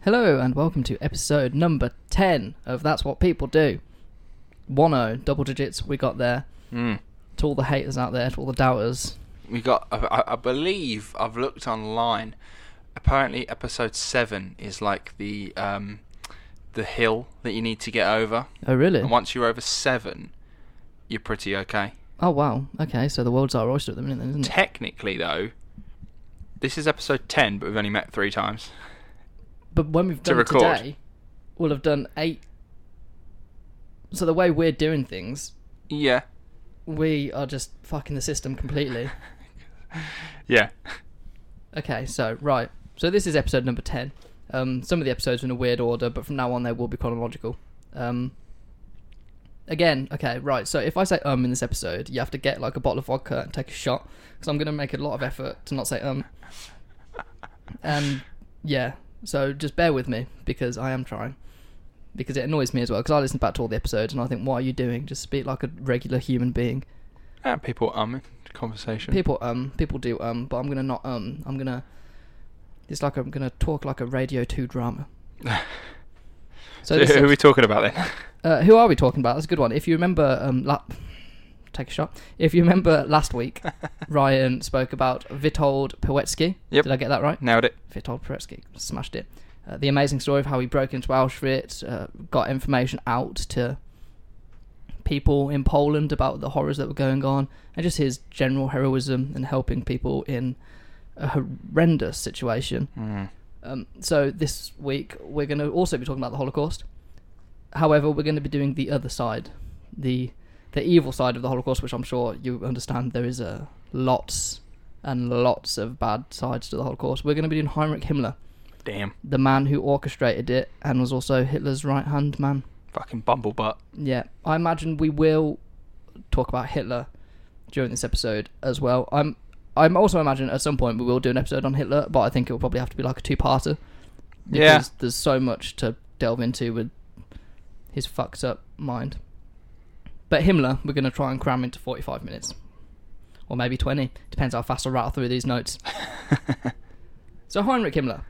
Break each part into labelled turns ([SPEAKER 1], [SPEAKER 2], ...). [SPEAKER 1] Hello and welcome to episode number 10 of That's What People Do. 1 double digits, we got there.
[SPEAKER 2] Mm.
[SPEAKER 1] To all the haters out there, to all the doubters.
[SPEAKER 2] We got. I, I- I believe I've looked online. Apparently, episode seven is like the um, the hill that you need to get over,
[SPEAKER 1] Oh, really?
[SPEAKER 2] and once you're over seven, you're pretty okay.
[SPEAKER 1] Oh, wow. Okay, so the world's our oyster at the minute, then, isn't it?
[SPEAKER 2] Technically, though, this is episode ten, but we've only met three times.
[SPEAKER 1] But when we've
[SPEAKER 2] To
[SPEAKER 1] done
[SPEAKER 2] record.
[SPEAKER 1] today, we'll have done 8. So the way we're doing things,
[SPEAKER 2] Yeah,
[SPEAKER 1] we are just fucking the system completely.
[SPEAKER 2] yeah.
[SPEAKER 1] Okay, so right, so this is episode number ten. Um, some of the episodes are in a weird order, but from now on they will be chronological. Um, again, okay, right. So if I say um in this episode, you have to get like a bottle of vodka and take a shot because I'm gonna make a lot of effort to not say um. And yeah, so just bear with me because I am trying. Because it annoys me as well. Because I listen back to all the episodes and I think, what are you doing? Just speak like a regular human being.
[SPEAKER 2] And people um in conversation.
[SPEAKER 1] People um people do um, but I'm gonna not um. I'm gonna. It's like I'm gonna talk like a Radio Two drama. so
[SPEAKER 2] So
[SPEAKER 1] this
[SPEAKER 2] who are we
[SPEAKER 1] episode-
[SPEAKER 2] talking about then?
[SPEAKER 1] uh, who are we talking about? That's a good one. If you remember, um, la- take a shot. If you remember last week, Ryan spoke about Witold Pilecki.
[SPEAKER 2] Yep.
[SPEAKER 1] Did I get that right?
[SPEAKER 2] Nailed it.
[SPEAKER 1] Witold Pilecki smashed it. Uh, the amazing story of how he broke into Auschwitz, uh, got information out to people in Poland about the horrors that were going on, and just his general heroism and helping people in a horrendous situation.
[SPEAKER 2] Mm.
[SPEAKER 1] Um, so this week we're going to also be talking about the Holocaust. However, we're going to be doing the other side, the the evil side of the Holocaust, which I'm sure you understand. There is a lots and lots of bad sides to the Holocaust. We're going to be doing Heinrich Himmler,
[SPEAKER 2] Damn,
[SPEAKER 1] the man who orchestrated it and was also Hitler's right hand man.
[SPEAKER 2] fucking bumblebutt.
[SPEAKER 1] Yeah, I imagine we will talk about Hitler during this episode as well. I'm I'm also imagine at some point we will do an episode on Hitler, but I think it will probably have to be like a two-parter
[SPEAKER 2] Yeah.
[SPEAKER 1] because there's so much to delve into with his fucked up mind. But Himmler, we're going to try and cram into 45 minutes or maybe 20, depends how fast I rattle through these notes. so Heinrich Himmler,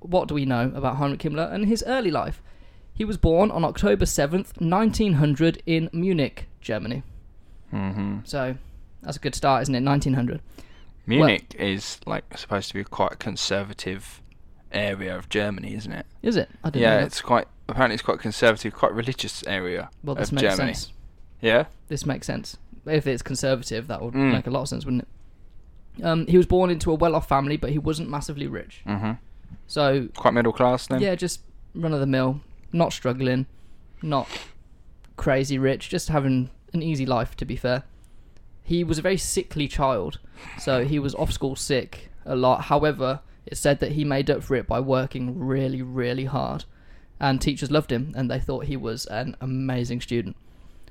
[SPEAKER 1] what do we know about Heinrich Himmler and his early life? He was born on October 7th, 1900, in Munich, Germany.
[SPEAKER 2] Mm-hmm.
[SPEAKER 1] So that's a good start, isn't it? 1900.
[SPEAKER 2] Munich is like supposed to be quite a conservative area of Germany, isn't it?
[SPEAKER 1] Is it? I didn't know
[SPEAKER 2] Yeah,
[SPEAKER 1] that.
[SPEAKER 2] it's quite apparently it's quite conservative, quite religious area
[SPEAKER 1] Well, this
[SPEAKER 2] of
[SPEAKER 1] makes
[SPEAKER 2] Germany.
[SPEAKER 1] sense.
[SPEAKER 2] Yeah,
[SPEAKER 1] This makes sense. If it's conservative, that would
[SPEAKER 2] Mm.
[SPEAKER 1] make a lot of sense, wouldn't it? Um, he was born into a well off family, but he wasn't massively rich.
[SPEAKER 2] hmm
[SPEAKER 1] So,
[SPEAKER 2] quite middle class then.
[SPEAKER 1] yeah, just run of the mill, not struggling, not crazy rich, just having an easy life, to be fair. He was a very sickly child, so he was off school sick a lot. However, it's said that he made up for it by working really, really hard. And teachers loved him, and they thought he was an amazing student.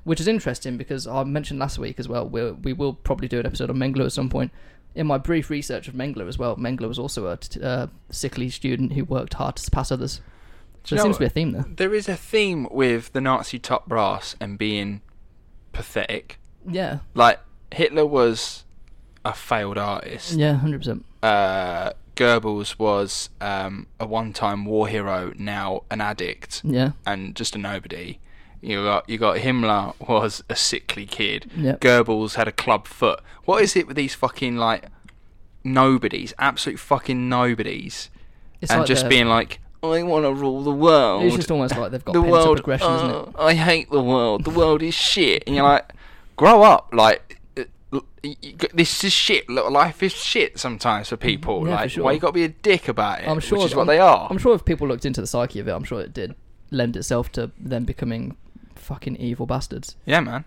[SPEAKER 1] Which is interesting because I mentioned last week as well, we'll we will probably do an episode on Mengele at some point. In my brief research of Mengele as well, Mengele was also a t- uh, sickly student who worked hard to surpass others. So there
[SPEAKER 2] you know-
[SPEAKER 1] seems to be a theme there.
[SPEAKER 2] There is a theme with the Nazi top brass and being pathetic.
[SPEAKER 1] Yeah,
[SPEAKER 2] Like Hitler was a failed artist.
[SPEAKER 1] yeah, 100%.
[SPEAKER 2] Uh, Goebbels was um, a one-time war hero, now an addict.
[SPEAKER 1] Yeah,
[SPEAKER 2] and just a nobody. You got you got Himmler was a sickly kid.
[SPEAKER 1] Yep.
[SPEAKER 2] Goebbels had a club foot. What is it with these fucking like nobodies, absolute fucking nobodies,
[SPEAKER 1] it's
[SPEAKER 2] and
[SPEAKER 1] like
[SPEAKER 2] just
[SPEAKER 1] they're-
[SPEAKER 2] being like, I want to rule the world.
[SPEAKER 1] It's just almost like they've got
[SPEAKER 2] the
[SPEAKER 1] pent-up
[SPEAKER 2] world.
[SPEAKER 1] aggression, isn't it?
[SPEAKER 2] uh, I hate the world. The world is shit. And you're like, grow up. Like uh, l- y- y- this is shit. Look, Life is shit sometimes for people.
[SPEAKER 1] Yeah, for
[SPEAKER 2] like
[SPEAKER 1] sure.
[SPEAKER 2] why you got to be a dick about it?
[SPEAKER 1] I'm sure
[SPEAKER 2] which is
[SPEAKER 1] that-
[SPEAKER 2] what
[SPEAKER 1] I'm-
[SPEAKER 2] they are.
[SPEAKER 1] I'm sure if people looked into the psyche of it, I'm sure it did lend itself to them becoming fucking evil bastards.
[SPEAKER 2] yeah, man.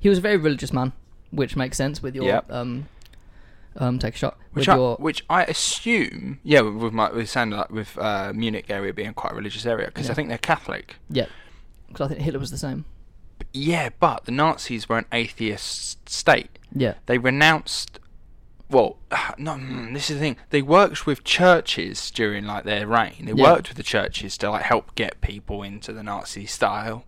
[SPEAKER 1] He was a very religious man, which makes sense with your
[SPEAKER 2] Yep.
[SPEAKER 1] um um take a shot
[SPEAKER 2] which
[SPEAKER 1] with
[SPEAKER 2] I,
[SPEAKER 1] your
[SPEAKER 2] which I assume, yeah, with my with sound like with uh, Munich area being quite a religious area because
[SPEAKER 1] Yeah.
[SPEAKER 2] I think they're Catholic.
[SPEAKER 1] yeah. Because I think Hitler was the same.
[SPEAKER 2] But yeah, but the Nazis were an atheist state.
[SPEAKER 1] Yeah,
[SPEAKER 2] They renounced. Well, no, mm, this is the thing. They worked with churches during like their reign. They
[SPEAKER 1] Yeah.
[SPEAKER 2] worked with the churches to like help get people into the Nazi style,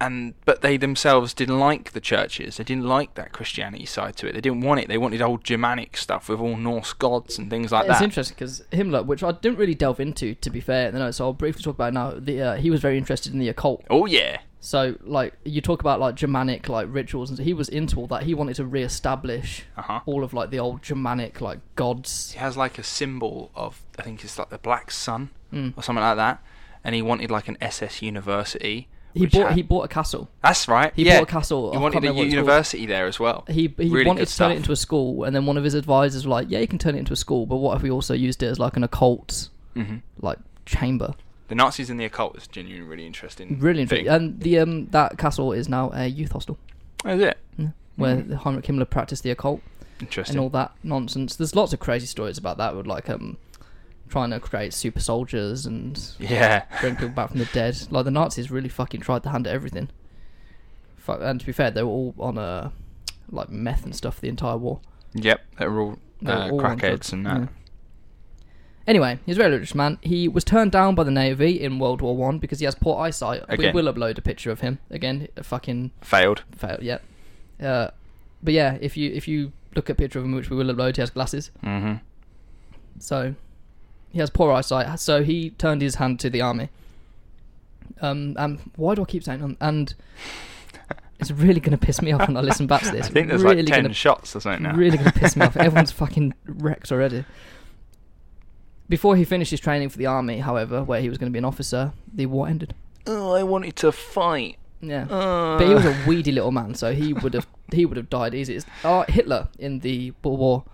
[SPEAKER 2] and but they themselves didn't like the churches. They didn't like that Christianity side to it. They didn't want it. They wanted old Germanic stuff with all Norse gods and things like
[SPEAKER 1] it's
[SPEAKER 2] that.
[SPEAKER 1] interesting because Himmler, which I didn't really delve into, to be fair, in the notes, so I'll briefly talk about it now. The, uh, he was very interested in the occult.
[SPEAKER 2] oh yeah,
[SPEAKER 1] So, like, you talk about like Germanic like rituals, and so he was into all that. He wanted to re-establish
[SPEAKER 2] Uh-huh.
[SPEAKER 1] all of like the old Germanic like gods.
[SPEAKER 2] he has like a symbol of I think it's like the black sun
[SPEAKER 1] Mm.
[SPEAKER 2] or something like that, and he wanted like an SS university.
[SPEAKER 1] He
[SPEAKER 2] which
[SPEAKER 1] bought
[SPEAKER 2] had-
[SPEAKER 1] he bought a castle.
[SPEAKER 2] that's right.
[SPEAKER 1] he
[SPEAKER 2] yeah.
[SPEAKER 1] bought a castle.
[SPEAKER 2] He
[SPEAKER 1] I
[SPEAKER 2] wanted
[SPEAKER 1] can't
[SPEAKER 2] a
[SPEAKER 1] remember what it's called.
[SPEAKER 2] university there as well.
[SPEAKER 1] He he wanted
[SPEAKER 2] Really good
[SPEAKER 1] to turn
[SPEAKER 2] stuff.
[SPEAKER 1] it into a school, and then one of his advisors was like, "Yeah, you can turn it into a school, but what if we also used it as like an occult
[SPEAKER 2] Mhm.
[SPEAKER 1] like chamber?"
[SPEAKER 2] The Nazis and the occult is genuinely really interesting.
[SPEAKER 1] Really
[SPEAKER 2] thing.
[SPEAKER 1] interesting. And the um that castle is now a youth hostel
[SPEAKER 2] Is it
[SPEAKER 1] where Heinrich Himmler practiced the occult.
[SPEAKER 2] Mm-hmm. interesting?
[SPEAKER 1] Mm. and all that nonsense. There's lots of crazy stories about that, with like um, trying to create super soldiers and
[SPEAKER 2] yeah.
[SPEAKER 1] bring people back from the dead. Like the Nazis really fucking tried to hand at everything. Fuck, and to be fair, they were all on a like meth and stuff the entire war.
[SPEAKER 2] Yep. They were all,
[SPEAKER 1] They were
[SPEAKER 2] uh,
[SPEAKER 1] all on drugs, Mm.
[SPEAKER 2] crackheads and that.
[SPEAKER 1] yeah. Anyway, he's a very religious man. He was turned down by the Navy in World War One because he has poor eyesight.
[SPEAKER 2] Again.
[SPEAKER 1] We will upload a picture of him again. A fucking
[SPEAKER 2] Failed.
[SPEAKER 1] fail. Yeah. Uh, but yeah, if you if you look at a picture of him, which we will upload, he has glasses.
[SPEAKER 2] hmm
[SPEAKER 1] So he has poor eyesight. So he turned his hand to the army. Um, and why do I keep saying um, and? It's really going to piss me off when I listen back to
[SPEAKER 2] I
[SPEAKER 1] this.
[SPEAKER 2] think there's
[SPEAKER 1] really
[SPEAKER 2] like 10
[SPEAKER 1] gonna,
[SPEAKER 2] shots or something now.
[SPEAKER 1] Really going to piss me off. Everyone's fucking wrecked already. Before he finished his training for the army, however, where he was going to be an officer, the war ended.
[SPEAKER 2] Oh, I wanted to fight.
[SPEAKER 1] Yeah.
[SPEAKER 2] Uh.
[SPEAKER 1] But he was a weedy little man, so he would have he would have died easy. It's, uh, Hitler in the Boer War,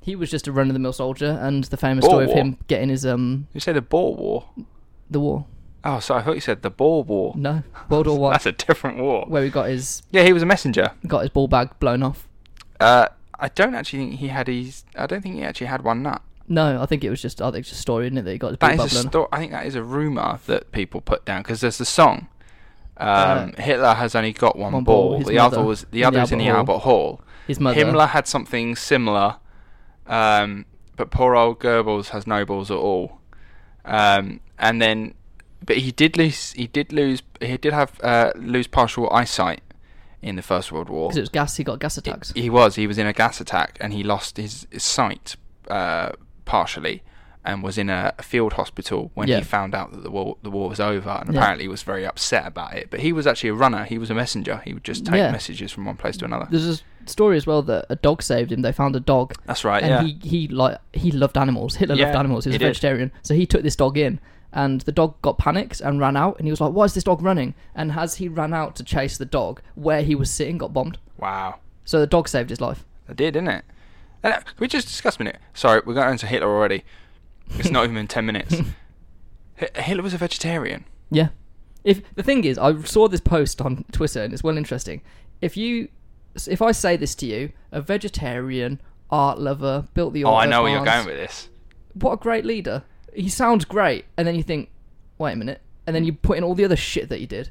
[SPEAKER 1] he was just a run of the mill soldier, and the famous
[SPEAKER 2] Boer
[SPEAKER 1] story of
[SPEAKER 2] War?
[SPEAKER 1] him getting his um
[SPEAKER 2] You say the Boer War?
[SPEAKER 1] the war.
[SPEAKER 2] Oh, sorry, I thought you said the Boer War.
[SPEAKER 1] No, World War One,
[SPEAKER 2] That's a different war.
[SPEAKER 1] where he got his
[SPEAKER 2] Yeah, he was a messenger.
[SPEAKER 1] got his ball bag blown off.
[SPEAKER 2] Uh, I don't actually think he had his. I don't think he actually had one nut.
[SPEAKER 1] No, I think it was just I think it's just a story, isn't it? That he got his ball
[SPEAKER 2] That is
[SPEAKER 1] bag
[SPEAKER 2] a
[SPEAKER 1] blown off.
[SPEAKER 2] sto- I think that is a rumor that people put down because there's the song. Um, Hitler has only got one,
[SPEAKER 1] Uh, one ball,
[SPEAKER 2] ball.
[SPEAKER 1] his
[SPEAKER 2] The
[SPEAKER 1] mother
[SPEAKER 2] other was the
[SPEAKER 1] in the
[SPEAKER 2] other is in the
[SPEAKER 1] Albert Hall.
[SPEAKER 2] Albert Hall.
[SPEAKER 1] His mother.
[SPEAKER 2] Himmler had something similar, um, but poor old Goebbels has no balls at all. Um, and then, but he did lose. He did lose. He did have uh, lose partial eyesight in the First World War.
[SPEAKER 1] because it was gas. He got gas attacks.
[SPEAKER 2] He was. He was in a gas attack and he lost his, his sight uh, partially, and was in a, a field hospital when
[SPEAKER 1] Yeah.
[SPEAKER 2] he found out that the war the war was over, and
[SPEAKER 1] Yeah.
[SPEAKER 2] apparently was very upset about it. But he was actually a runner. He was a messenger. He would just take
[SPEAKER 1] Yeah.
[SPEAKER 2] messages from one place to another.
[SPEAKER 1] There's a story as well that a dog saved him. They found a dog,
[SPEAKER 2] That's right.
[SPEAKER 1] and
[SPEAKER 2] yeah.
[SPEAKER 1] he he like he loved animals. Hitler loved
[SPEAKER 2] Yeah,
[SPEAKER 1] animals. He was
[SPEAKER 2] he
[SPEAKER 1] a
[SPEAKER 2] did.
[SPEAKER 1] vegetarian, so he took this dog in. And the dog got panicked and ran out, and he was like, "Why is this dog running?" And as he ran out to chase the dog, where he was sitting got bombed.
[SPEAKER 2] wow.
[SPEAKER 1] So the dog saved his life.
[SPEAKER 2] I did, didn't it? And, uh, can we just discuss a minute? Sorry, we got into Hitler already. It's not even ten minutes. Hi- Hitler was a vegetarian.
[SPEAKER 1] Yeah. If the thing is, I saw this post on Twitter and it's well interesting. If you, if I say this to you, a vegetarian art lover built the.
[SPEAKER 2] Oh, I
[SPEAKER 1] Order
[SPEAKER 2] know
[SPEAKER 1] of
[SPEAKER 2] where you're
[SPEAKER 1] Mars.
[SPEAKER 2] going with this.
[SPEAKER 1] What a great leader! He sounds great, and then you think, wait a minute, and then you put in all the other shit that he did.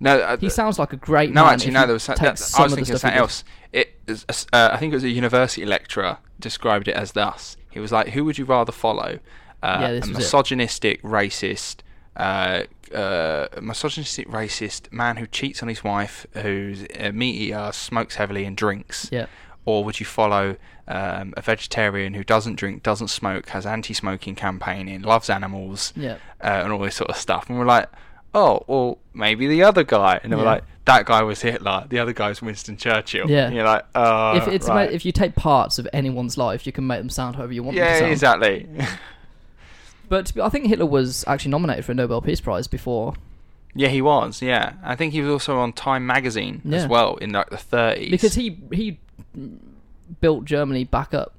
[SPEAKER 2] No, uh,
[SPEAKER 1] He sounds like a great.
[SPEAKER 2] No,
[SPEAKER 1] man
[SPEAKER 2] actually,
[SPEAKER 1] if
[SPEAKER 2] no.
[SPEAKER 1] you
[SPEAKER 2] There was some,
[SPEAKER 1] take
[SPEAKER 2] that, I
[SPEAKER 1] some
[SPEAKER 2] was
[SPEAKER 1] of the
[SPEAKER 2] thinking of
[SPEAKER 1] stuff
[SPEAKER 2] something
[SPEAKER 1] he did.
[SPEAKER 2] else. It, is a s- uh, I think it was a university lecturer described it as thus. He was like, "Who would you rather follow? Uh,
[SPEAKER 1] Yeah, this
[SPEAKER 2] a
[SPEAKER 1] was it.
[SPEAKER 2] misogynistic, racist, uh, uh, a misogynistic, racist man who cheats on his wife, who's a meat eater, smokes heavily, and drinks."
[SPEAKER 1] Yeah.
[SPEAKER 2] Or would you follow um, a vegetarian who doesn't drink, doesn't smoke, has anti-smoking campaigning, loves animals,
[SPEAKER 1] Yeah.
[SPEAKER 2] uh, and all this sort of stuff. And we're like, oh, well, maybe the other guy. And then
[SPEAKER 1] Yeah.
[SPEAKER 2] we're like, that guy was Hitler. The other guy was Winston Churchill.
[SPEAKER 1] Yeah.
[SPEAKER 2] And you're like, oh,
[SPEAKER 1] If it's
[SPEAKER 2] right.
[SPEAKER 1] ma- if you take parts of anyone's life, you can make them sound however you want them to
[SPEAKER 2] yeah,
[SPEAKER 1] sound.
[SPEAKER 2] exactly.
[SPEAKER 1] But to be- I think Hitler was actually nominated for a Nobel Peace Prize before
[SPEAKER 2] yeah, he was. Yeah, I think he was also on Time magazine
[SPEAKER 1] Yeah.
[SPEAKER 2] as well in like the 30s.
[SPEAKER 1] because he he built Germany back up.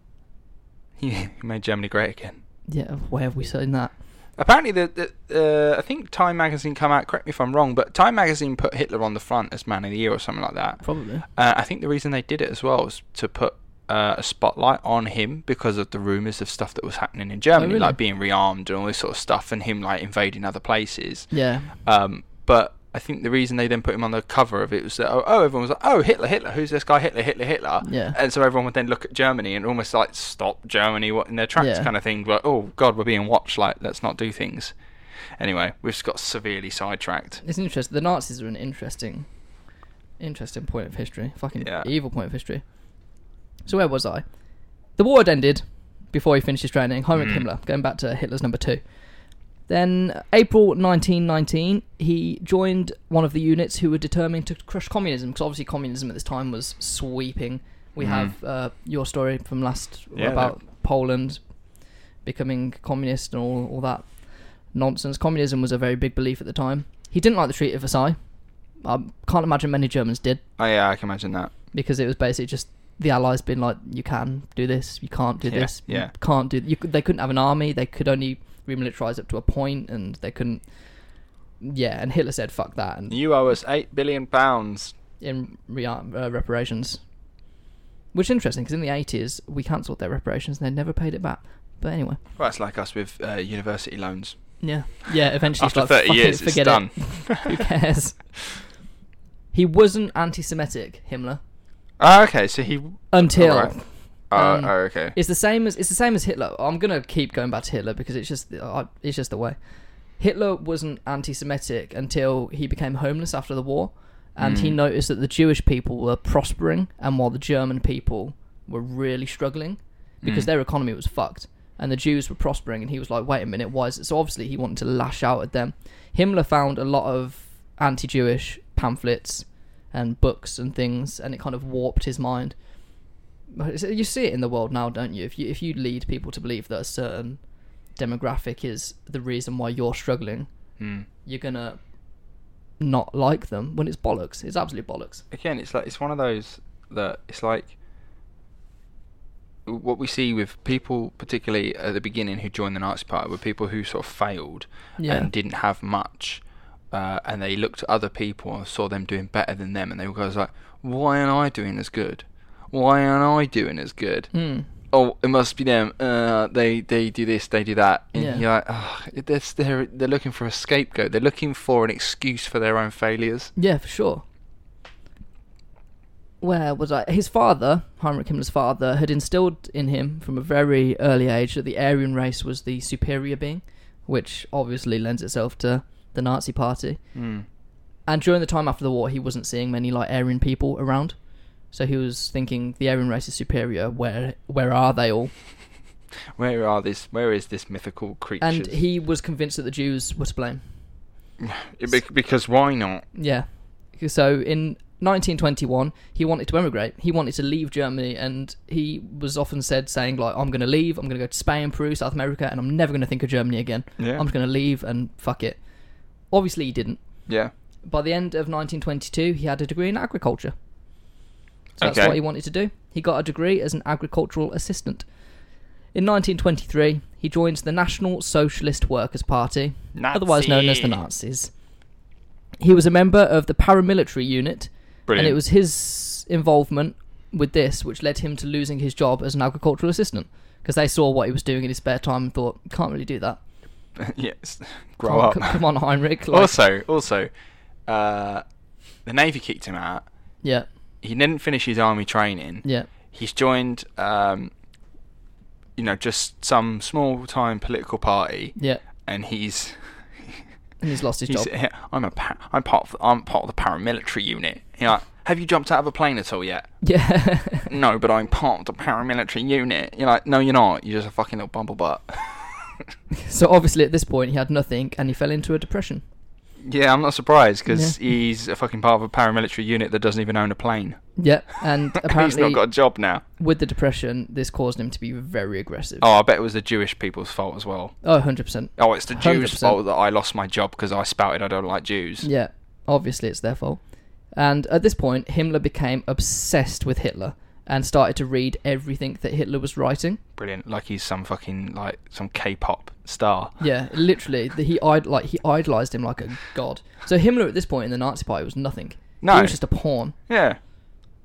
[SPEAKER 2] he made Germany great again.
[SPEAKER 1] Yeah, where have we seen that?
[SPEAKER 2] Apparently, the, the uh, I think Time magazine come out. Correct me if I'm wrong, but Time magazine put Hitler on the front as Man of the Year or something like that.
[SPEAKER 1] Probably.
[SPEAKER 2] Uh, I think the reason they did it as well was to put uh, a spotlight on him because of the rumours of stuff that was happening in Germany,
[SPEAKER 1] Oh, really?
[SPEAKER 2] like being rearmed and all this sort of stuff, and him like invading other places.
[SPEAKER 1] Yeah.
[SPEAKER 2] Um, but I think the reason they then put him on the cover of it was that oh, oh everyone was like oh Hitler Hitler who's this guy Hitler Hitler Hitler
[SPEAKER 1] Yeah.
[SPEAKER 2] and so everyone would then look at Germany and almost like stop Germany what in their tracks
[SPEAKER 1] Yeah.
[SPEAKER 2] kind of thing like oh God we're being watched like let's not do things Anyway, we've just got severely sidetracked.
[SPEAKER 1] It's interesting. The Nazis are an interesting, interesting point of history. Fucking
[SPEAKER 2] Yeah.
[SPEAKER 1] evil point of history. So where was I? The war had ended before he finished his training. Heinrich
[SPEAKER 2] Mm.
[SPEAKER 1] Himmler, going back to Hitler's number two. Then April 1919, he joined one of the units who were determined to crush communism because obviously communism at this time was sweeping. We
[SPEAKER 2] Mm.
[SPEAKER 1] have uh, your story from last
[SPEAKER 2] Yeah,
[SPEAKER 1] about Poland becoming communist and all, all that nonsense. Communism was a very big belief at the time. He didn't like the Treaty of Versailles. I can't imagine many Germans did
[SPEAKER 2] Oh yeah, I can imagine that.
[SPEAKER 1] because it was basically just the Allies being like, "You can do this, you can't do
[SPEAKER 2] Yeah,
[SPEAKER 1] this, you
[SPEAKER 2] yeah.
[SPEAKER 1] can't do." You, could- they couldn't have an army. They could only remilitarize up to a point, and they couldn't. Yeah, and Hitler said, "Fuck that," and
[SPEAKER 2] You owe us eight billion pounds.
[SPEAKER 1] in re- uh, reparations, which is interesting because in the eighties we cancelled their reparations and they never paid it back. But anyway,
[SPEAKER 2] Well, that's like us with uh, university loans.
[SPEAKER 1] yeah, yeah. Eventually, it's
[SPEAKER 2] After
[SPEAKER 1] like,
[SPEAKER 2] thirty
[SPEAKER 1] "Fuck it,
[SPEAKER 2] years, it's
[SPEAKER 1] forget it."
[SPEAKER 2] done.
[SPEAKER 1] Who cares? he wasn't anti-Semitic, Himmler,
[SPEAKER 2] Oh, okay, so he.
[SPEAKER 1] until
[SPEAKER 2] Alright. Oh,
[SPEAKER 1] Um,
[SPEAKER 2] oh, okay.
[SPEAKER 1] it's the same as it's the same as Hitler. I'm gonna keep going back to Hitler because it's just uh, it's just the way. Hitler wasn't anti-Semitic until he became homeless after the war, and he
[SPEAKER 2] Mm.
[SPEAKER 1] noticed that the Jewish people were prospering, and while the German people were really struggling because
[SPEAKER 2] Mm.
[SPEAKER 1] their economy was fucked, and the Jews were prospering, and he was like, "Wait a minute, why is it?" So obviously he wanted to lash out at them. Himmler found a lot of anti-Jewish pamphlets and books and things, and it kind of warped his mind. But it's- You see it in the world now, don't you? If you if you lead people to believe that a certain demographic is the reason why you're struggling,
[SPEAKER 2] Mm.
[SPEAKER 1] you're gonna not like them when it's bollocks. It's absolute bollocks.
[SPEAKER 2] Again, it's like it's one of those that it's like what we see with people, particularly at the beginning, who joined the Nazi Party, were people who sort of failed
[SPEAKER 1] Yeah.
[SPEAKER 2] and didn't have much, uh, and they looked at other people and saw them doing better than them, and they were guys like, "Why aren't I doing as good? Why aren't I doing as good?"
[SPEAKER 1] Mm.
[SPEAKER 2] oh, it must be them. Uh, they they do this, they do that, and
[SPEAKER 1] Yeah.
[SPEAKER 2] you're like, oh, they're, they're they're looking for a scapegoat. They're looking for an excuse for their own failures.
[SPEAKER 1] Yeah, for sure. Where was I? His father, Heinrich Himmler's father, had instilled in him from a very early age that the Aryan race was the superior being, which obviously lends itself to the Nazi Party.
[SPEAKER 2] Hmm.
[SPEAKER 1] And during the time after the war, he wasn't seeing many like Aryan people around, so he was thinking the Aryan race is superior. Where where are they all?
[SPEAKER 2] Where are this? Where is this mythical creature?
[SPEAKER 1] And he was convinced that the Jews were to blame.
[SPEAKER 2] because why not?
[SPEAKER 1] Yeah. So in 1921, he wanted to emigrate. He wanted to leave Germany, and he was often said saying like, "I'm going to leave. I'm going to go to Spain, Peru, South America, and I'm never going to think of Germany again.
[SPEAKER 2] Yeah,
[SPEAKER 1] I'm just going to leave and fuck it." Obviously, he didn't.
[SPEAKER 2] yeah.
[SPEAKER 1] By the end of 1922, he had a degree in agriculture. So that's
[SPEAKER 2] Okay.
[SPEAKER 1] what he wanted to do. He got a degree as an agricultural assistant. In 1923, he joined the National Socialist Workers' Party, otherwise known as the
[SPEAKER 2] Nazi.
[SPEAKER 1] Nazis. He was a member of the paramilitary unit,
[SPEAKER 2] Brilliant.
[SPEAKER 1] and it was his involvement with this which led him to losing his job as an agricultural assistant because they saw what he was doing in his spare time and thought, can't really do that.
[SPEAKER 2] yes, grow
[SPEAKER 1] come,
[SPEAKER 2] up.
[SPEAKER 1] c- Come on, Heinrich. Like,
[SPEAKER 2] also, also, uh, the navy kicked him out.
[SPEAKER 1] Yeah,
[SPEAKER 2] He didn't finish his army training.
[SPEAKER 1] yeah,
[SPEAKER 2] he's joined um, you know just some small time political party
[SPEAKER 1] yeah.
[SPEAKER 2] and he's
[SPEAKER 1] And he's lost his
[SPEAKER 2] he's
[SPEAKER 1] job.
[SPEAKER 2] I'm a pa- I'm part of the, I'm part of the paramilitary unit. You're like, have you jumped out of a plane at all yet?
[SPEAKER 1] Yeah.
[SPEAKER 2] No, but I'm part of the paramilitary unit. You're like, no, you're not. You're just a fucking little bumblebutt.
[SPEAKER 1] so obviously at this point he had nothing and he fell into a depression.
[SPEAKER 2] yeah, I'm not surprised because
[SPEAKER 1] Yeah.
[SPEAKER 2] he's a fucking part of a paramilitary unit that doesn't even own a plane.
[SPEAKER 1] Yeah, and
[SPEAKER 2] he's not
[SPEAKER 1] apparently
[SPEAKER 2] got a job now.
[SPEAKER 1] with the depression, this caused him to be very aggressive.
[SPEAKER 2] Oh, I bet it was the Jewish people's fault as well.
[SPEAKER 1] Oh, 100%.
[SPEAKER 2] Oh, it's the Jews'
[SPEAKER 1] 100%.
[SPEAKER 2] fault that I lost my job because I spouted I don't like Jews.
[SPEAKER 1] Yeah, obviously it's their fault. And at this point, Himmler became obsessed with Hitler and started to read everything that Hitler was writing.
[SPEAKER 2] Brilliant. Like he's some fucking like some K-pop star.
[SPEAKER 1] Yeah, literally, the, he Id- like he idolized him like a god. So Himmler at this point in the Nazi Party was nothing.
[SPEAKER 2] No.
[SPEAKER 1] he was just a pawn.
[SPEAKER 2] Yeah.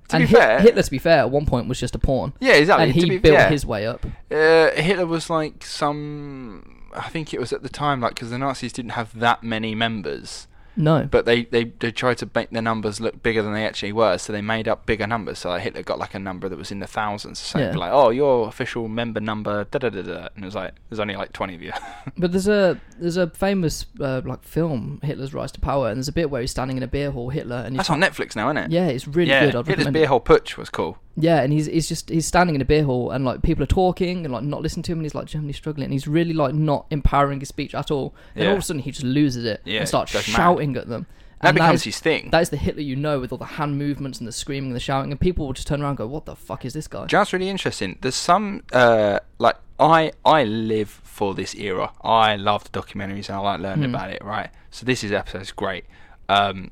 [SPEAKER 2] To
[SPEAKER 1] and
[SPEAKER 2] be
[SPEAKER 1] Hit-
[SPEAKER 2] fair.
[SPEAKER 1] Hitler, to be fair, at one point was just a pawn.
[SPEAKER 2] yeah, exactly.
[SPEAKER 1] and
[SPEAKER 2] to
[SPEAKER 1] he
[SPEAKER 2] be,
[SPEAKER 1] built
[SPEAKER 2] yeah.
[SPEAKER 1] his way up.
[SPEAKER 2] Uh, Hitler was like some. I think it was at the time, like, because the Nazis didn't have that many members.
[SPEAKER 1] No.
[SPEAKER 2] But they, they, they tried to make their numbers look bigger than they actually were, so they made up bigger numbers. So like Hitler got like a number that was in the thousands. So it'd be
[SPEAKER 1] Yeah.
[SPEAKER 2] like, oh, your official member number, da da da da. And it was like, there's only like 20 of you.
[SPEAKER 1] But there's a there's a famous uh, like film Hitler's Rise to Power, and there's a bit where he's standing in a beer hall, Hitler, and he's,
[SPEAKER 2] That's on Netflix now, isn't it?
[SPEAKER 1] yeah, it's really
[SPEAKER 2] yeah,
[SPEAKER 1] good. I'd
[SPEAKER 2] Hitler's
[SPEAKER 1] recommend
[SPEAKER 2] Beer
[SPEAKER 1] it.
[SPEAKER 2] Hole Putsch was cool.
[SPEAKER 1] Yeah, and he's he's just he's standing in a beer hall, and like people are talking and like not listening to him, and he's like Germany's struggling, and he's really like not empowering his speech at all. Then all
[SPEAKER 2] Yeah.
[SPEAKER 1] of a sudden he just loses it
[SPEAKER 2] Yeah,
[SPEAKER 1] and starts
[SPEAKER 2] goes mad.
[SPEAKER 1] shouting at them.
[SPEAKER 2] That
[SPEAKER 1] and
[SPEAKER 2] becomes
[SPEAKER 1] is-
[SPEAKER 2] his thing.
[SPEAKER 1] That is the Hitler you know with all the hand movements and the screaming and the shouting, and people will just turn around and go, "What the fuck is this guy?"
[SPEAKER 2] Do you know what's really interesting? There's some uh, like I I live for this era. I love the documentaries and I like learning
[SPEAKER 1] Hmm.
[SPEAKER 2] about it. Right. So this is episode's great. Um,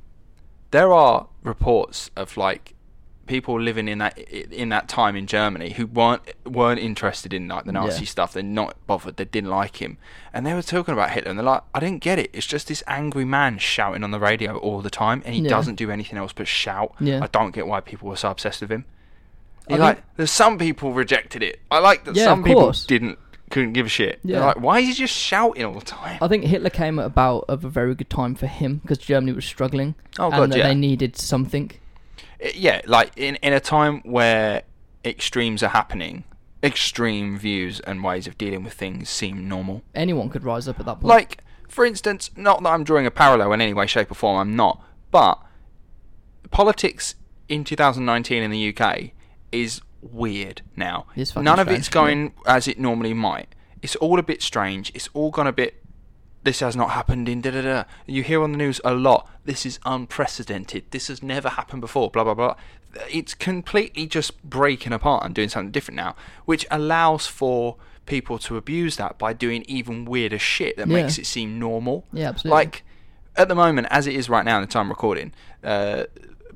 [SPEAKER 2] there are reports of like people living in that in that time in Germany who weren't weren't interested in like the Nazi
[SPEAKER 1] Yeah.
[SPEAKER 2] stuff. They're not bothered. They didn't like him, and they were talking about Hitler. And they're like, I didn't get it. It's just this angry man shouting on the radio all the time, and he
[SPEAKER 1] Yeah.
[SPEAKER 2] doesn't do anything else but shout.
[SPEAKER 1] Yeah.
[SPEAKER 2] I don't get why people were so obsessed with him.
[SPEAKER 1] I
[SPEAKER 2] You like
[SPEAKER 1] think-
[SPEAKER 2] there's some people rejected it. I like that
[SPEAKER 1] Yeah,
[SPEAKER 2] some
[SPEAKER 1] of
[SPEAKER 2] people
[SPEAKER 1] course.
[SPEAKER 2] didn't couldn't give a shit. They're
[SPEAKER 1] Yeah.
[SPEAKER 2] like, why is he just shouting all the time?
[SPEAKER 1] I think Hitler came about of a very good time for him because Germany was struggling,
[SPEAKER 2] Oh,
[SPEAKER 1] and
[SPEAKER 2] God,
[SPEAKER 1] that
[SPEAKER 2] yeah.
[SPEAKER 1] they needed something.
[SPEAKER 2] I- yeah, like in in a time where extremes are happening, extreme views and ways of dealing with things seem normal.
[SPEAKER 1] Anyone could rise up at that point.
[SPEAKER 2] Like, for instance, not that I'm drawing a parallel in any way, shape, or form, I'm not, but politics in 2019 in the UK is weird now.
[SPEAKER 1] It's fucking
[SPEAKER 2] None of
[SPEAKER 1] strange,
[SPEAKER 2] it's going as it normally might. It's all a bit strange. It's all gone a bit. This has not happened in da da da. You hear on the news a lot. This is unprecedented. This has never happened before. Blah blah blah. It's completely just breaking apart and doing something different now, which allows for people to abuse that by doing even weirder shit that
[SPEAKER 1] Yeah.
[SPEAKER 2] makes it seem normal.
[SPEAKER 1] Yeah, absolutely.
[SPEAKER 2] Like at the moment, as it is right now, in the time of recording, uh,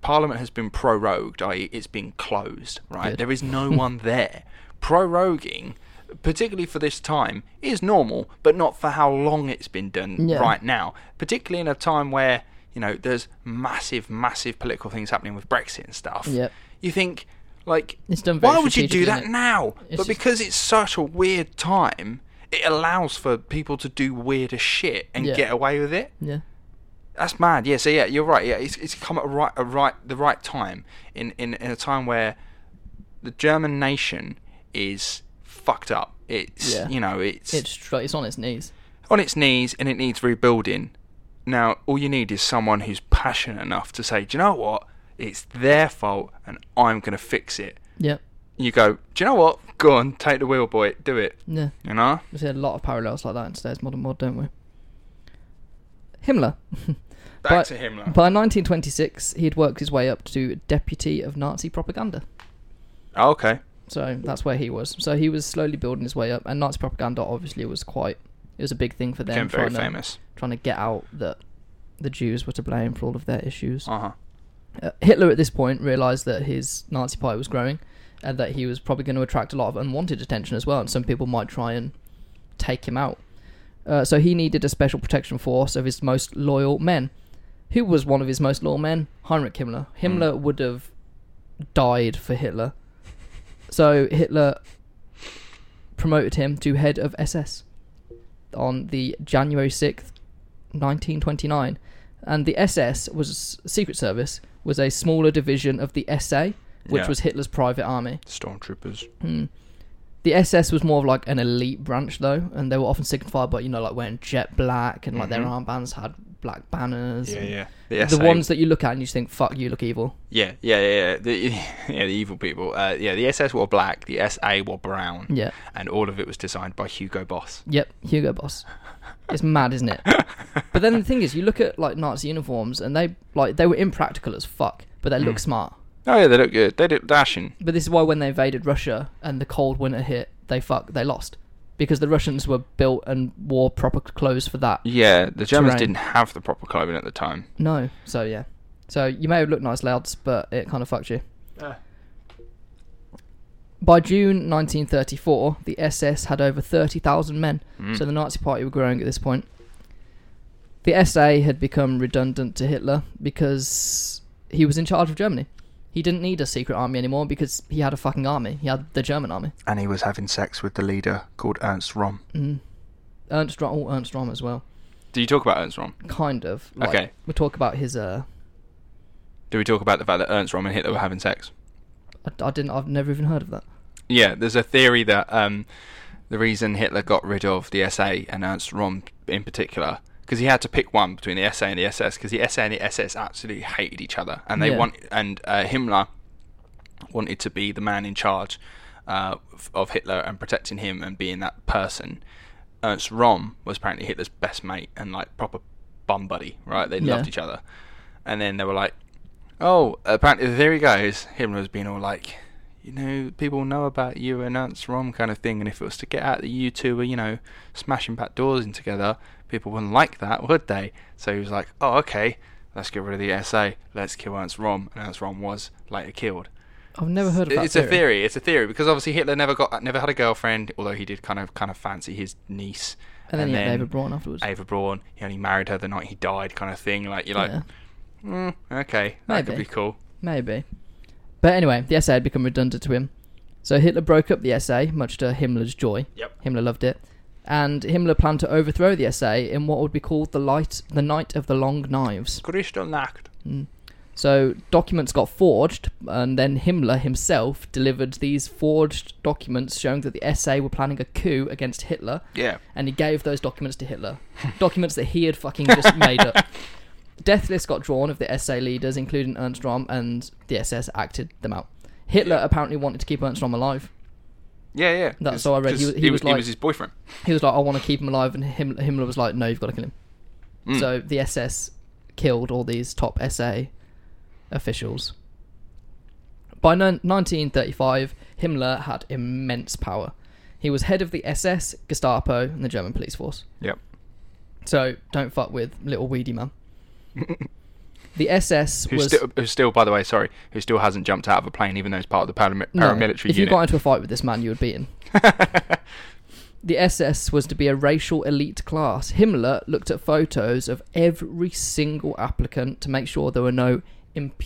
[SPEAKER 2] Parliament has been prorogued, i.e., it's been closed. Right,
[SPEAKER 1] Good.
[SPEAKER 2] there is no one there. Proroguing, particularly for this time, is normal, but not for how long it's been done
[SPEAKER 1] Yeah.
[SPEAKER 2] right now. Particularly in a time where you know there's massive, massive political things happening with Brexit and stuff.
[SPEAKER 1] Yep.
[SPEAKER 2] You think like
[SPEAKER 1] It's done very
[SPEAKER 2] why would you do
[SPEAKER 1] strategically,
[SPEAKER 2] that
[SPEAKER 1] isn't it?
[SPEAKER 2] now?
[SPEAKER 1] It's
[SPEAKER 2] but
[SPEAKER 1] just-
[SPEAKER 2] because it's such a weird time, it allows for people to do weirder shit and
[SPEAKER 1] Yeah.
[SPEAKER 2] get away with it.
[SPEAKER 1] yeah,
[SPEAKER 2] That's mad. Yeah. So yeah, you're right. Yeah, it's, it's come at a right, a right, the right time in, in in a time where the German nation is fucked up. It's
[SPEAKER 1] Yeah.
[SPEAKER 2] you know it's,
[SPEAKER 1] it's str- it's on its knees.
[SPEAKER 2] on its knees and it needs rebuilding. Now all you need is someone who's passionate enough to say, do you know what? It's their fault and I'm gonna fix it.
[SPEAKER 1] Yep.
[SPEAKER 2] You go, do you know what? Go on, take the wheel, boy. Do it.
[SPEAKER 1] Yeah.
[SPEAKER 2] You know.
[SPEAKER 1] We see a lot of parallels like that in today's modern world, don't we? Himmler.
[SPEAKER 2] Back
[SPEAKER 1] But-
[SPEAKER 2] to him. Like.
[SPEAKER 1] By 1926, he had worked his way up to deputy of Nazi propaganda.
[SPEAKER 2] Oh, okay.
[SPEAKER 1] So that's where he was. So he was slowly building his way up, and Nazi propaganda obviously was quite. It was a big thing for them
[SPEAKER 2] Became very
[SPEAKER 1] trying to,
[SPEAKER 2] famous.
[SPEAKER 1] trying to get out that the Jews were to blame for all of their issues.
[SPEAKER 2] Uh huh.
[SPEAKER 1] Uh, Hitler at this point realized that his Nazi party was growing, and that he was probably going to attract a lot of unwanted attention as well, and some people might try and take him out. Uh, so he needed a special protection force of his most loyal men. Who was one of his most loyal men? Heinrich Himmler.
[SPEAKER 2] Hmm.
[SPEAKER 1] Himmler would have died for Hitler. So Hitler promoted him to head of SS on the January 6th, 1929. And the SS was Secret Service was a smaller division of the SA, which
[SPEAKER 2] Yeah.
[SPEAKER 1] was Hitler's private army. Hmm.
[SPEAKER 2] Stormtroopers.
[SPEAKER 1] The SS was more of like an elite branch, though, and they were often signified by you know like wearing jet black and like their armbands had black banners. and
[SPEAKER 2] The,
[SPEAKER 1] The
[SPEAKER 2] SA.
[SPEAKER 1] ones that you look at and you just think, "Fuck, you look evil."
[SPEAKER 2] Yeah, yeah, yeah, yeah. The, yeah, the evil people. Uh, yeah, the SS were black, the SA were brown,
[SPEAKER 1] Yeah.
[SPEAKER 2] and all of it was designed by Hugo Boss.
[SPEAKER 1] Yep, Hugo Boss. It's mad, isn't it? But then the thing is, you look at like Nazi uniforms, and they like they were impractical as fuck, but they look smart.
[SPEAKER 2] Oh yeah, they look good. They look dashing.
[SPEAKER 1] But this is why when they invaded Russia and the cold winter hit, they fuck they lost because the Russians were built and wore proper clothes for that.
[SPEAKER 2] Yeah, the Germans
[SPEAKER 1] Terrain.
[SPEAKER 2] didn't have the proper clothing at the time.
[SPEAKER 1] No, so yeah, so you may have looked nice, lads, but it kind of fucked you. By June 1934, the SS had over 30,000 men,
[SPEAKER 2] Mm.
[SPEAKER 1] so the Nazi Party were growing at this point. The SA had become redundant to Hitler because he was in charge of Germany. He didn't need a secret army anymore because he had a fucking army. He had the German army.
[SPEAKER 2] And he was
[SPEAKER 1] Mm.
[SPEAKER 2] having sex with the leader called Ernst Rom.
[SPEAKER 1] Ernst Rom, oh, Ernst Rom as well.
[SPEAKER 2] Do you talk about Ernst Rom?
[SPEAKER 1] kind of. Like,
[SPEAKER 2] Okay.
[SPEAKER 1] We talk about his. Uh,
[SPEAKER 2] Do we talk about the fact that Ernst Rom and Hitler were having sex?
[SPEAKER 1] I, I didn't. I've never even heard of that.
[SPEAKER 2] Yeah, there's a theory that um, the reason Hitler got rid of the SA and Ernst Rom in particular, because he had to pick one between the SA and the SS, because the SA and the SS absolutely hated each other, and they
[SPEAKER 1] Yeah.
[SPEAKER 2] want and uh, Himmler wanted to be the man in charge uh, f- of Hitler and protecting him and being that person. Ernst Rom was apparently Hitler's best mate and like proper bum buddy, right? They loved
[SPEAKER 1] Yeah.
[SPEAKER 2] each other, and then they were like, "Oh, apparently the theory goes Himmler's been all like, you know, people know about you and Ernst Rom kind of thing, and if it was to get out that you two were, you know, smashing back doors in together, people wouldn't like that, would they? So he was like, "Oh, okay." Let's get rid of the SA. Let's kill Ernst Rom, and Ernst Rom was later killed.
[SPEAKER 1] I've never heard of that.
[SPEAKER 2] It's a theory. It's a theory because obviously Hitler never got, never had a girlfriend, although he did kind of, kind of fancy his niece.
[SPEAKER 1] And then he had Ava Braun afterwards.
[SPEAKER 2] Ava Braun. He only married her the night he died, kind of thing. Like you're like,
[SPEAKER 1] Yeah.
[SPEAKER 2] mm, okay, that could
[SPEAKER 1] Maybe.
[SPEAKER 2] be cool.
[SPEAKER 1] Maybe. But anyway, the SA had become redundant to him. So Hitler broke up the SA, much to Himmler's joy.
[SPEAKER 2] Yep.
[SPEAKER 1] Himmler loved it. And Himmler planned to overthrow the SA in what would be called the light, the Night of the Long Knives. Hmm.
[SPEAKER 2] Kristallnacht.
[SPEAKER 1] So documents got forged, and then Himmler himself delivered these forged documents showing that the SA were planning a coup against Hitler,
[SPEAKER 2] Yeah.
[SPEAKER 1] and he gave those documents to Hitler. documents that he had fucking just made up. Death lists got drawn of the SA leaders, including Ernst Rom, and the SS acted them out. Hitler apparently wanted to keep Ernst Rom alive.
[SPEAKER 2] Yeah, yeah.
[SPEAKER 1] That's
[SPEAKER 2] 'Cause-
[SPEAKER 1] all I read. He
[SPEAKER 2] 'cause
[SPEAKER 1] was- he was
[SPEAKER 2] he
[SPEAKER 1] like-
[SPEAKER 2] was his boyfriend.
[SPEAKER 1] He was like, I want to keep him alive, and Him- Himmler was like, no, you've got to kill him.
[SPEAKER 2] Mm.
[SPEAKER 1] So the SS killed all these top SA officials. By nine- 1935, Himmler had immense power. He was head of the SS, Gestapo, and the German police force.
[SPEAKER 2] Yep.
[SPEAKER 1] So don't fuck with little weedy man. the SS
[SPEAKER 2] Who
[SPEAKER 1] was
[SPEAKER 2] still, who still, by the way, sorry, who still hasn't jumped out of a plane, even though he's part of the paramil-
[SPEAKER 1] No,
[SPEAKER 2] paramilitary
[SPEAKER 1] If you
[SPEAKER 2] unit.
[SPEAKER 1] got into a fight with this man, you would beat him. the SS was to be a racial elite class. Himmler looked at photos of every single applicant to make sure there were no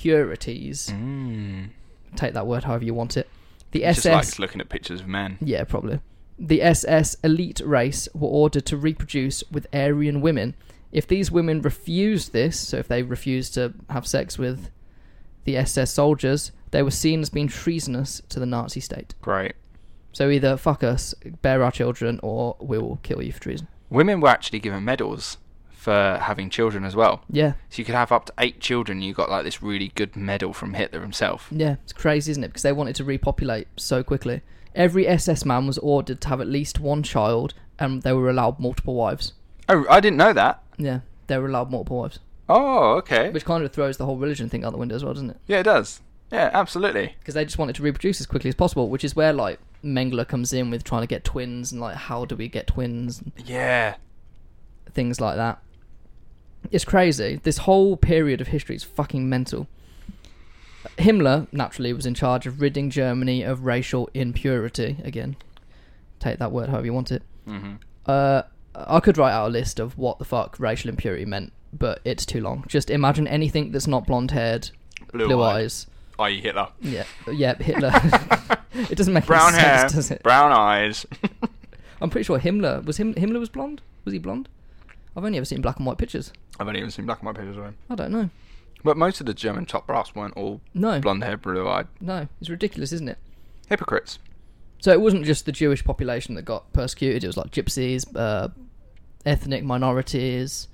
[SPEAKER 1] impurities.
[SPEAKER 2] mm.
[SPEAKER 1] Take that word however you want it. The
[SPEAKER 2] He
[SPEAKER 1] SS.
[SPEAKER 2] Just likes looking at pictures of men.
[SPEAKER 1] Yeah, probably. The SS elite race were ordered to reproduce with Aryan women. If these women refused this, so if they refused to have sex with the SS soldiers, they were seen as being treasonous to the Nazi state.
[SPEAKER 2] Great.
[SPEAKER 1] So either fuck us, bear our children, or we will kill you for treason.
[SPEAKER 2] Women were actually given medals for having children as well.
[SPEAKER 1] Yeah,
[SPEAKER 2] So you could have up to eight children. You got like this really good medal from Hitler himself.
[SPEAKER 1] yeah, it's crazy, isn't it? Because they wanted to repopulate so quickly. Every SS man was ordered to have at least one child, and they were allowed multiple wives.
[SPEAKER 2] Oh, I didn't know that.
[SPEAKER 1] Yeah, they were allowed multiple wives,
[SPEAKER 2] Oh, okay.
[SPEAKER 1] which kind of throws the whole religion thing out the window as well, doesn't it?
[SPEAKER 2] Yeah, it does. Yeah, absolutely.
[SPEAKER 1] Because they just wanted to reproduce as quickly as possible, which is where like Mengele comes in with trying to get twins and like how do we get twins and
[SPEAKER 2] Yeah.
[SPEAKER 1] things like that. It's crazy. This whole period of history is fucking mental. Himmler, naturally, was in charge of ridding Germany of racial impurity. Again, take that word however you want it.
[SPEAKER 2] hmm
[SPEAKER 1] Uh, I could write out a list of what the fuck racial impurity meant, but it's too long. Just imagine anything that's not blonde haired, blue, eyes.
[SPEAKER 2] I.e. E Hitler.
[SPEAKER 1] Yeah, yeah, Hitler. it doesn't make
[SPEAKER 2] Brown
[SPEAKER 1] any
[SPEAKER 2] hair,
[SPEAKER 1] sense, does it?
[SPEAKER 2] brown eyes.
[SPEAKER 1] I'm pretty sure Himmler was him. Himmler was blonde. Was he blonde? I've only ever seen black and white pictures.
[SPEAKER 2] I've only even seen black and white pictures of him.
[SPEAKER 1] I don't know.
[SPEAKER 2] But most of the German top brass weren't all
[SPEAKER 1] No,
[SPEAKER 2] blonde hair, blue eyed.
[SPEAKER 1] No, it's ridiculous, isn't it?
[SPEAKER 2] Hypocrites.
[SPEAKER 1] So it wasn't just the Jewish population that got persecuted. It was like gypsies, uh, ethnic minorities,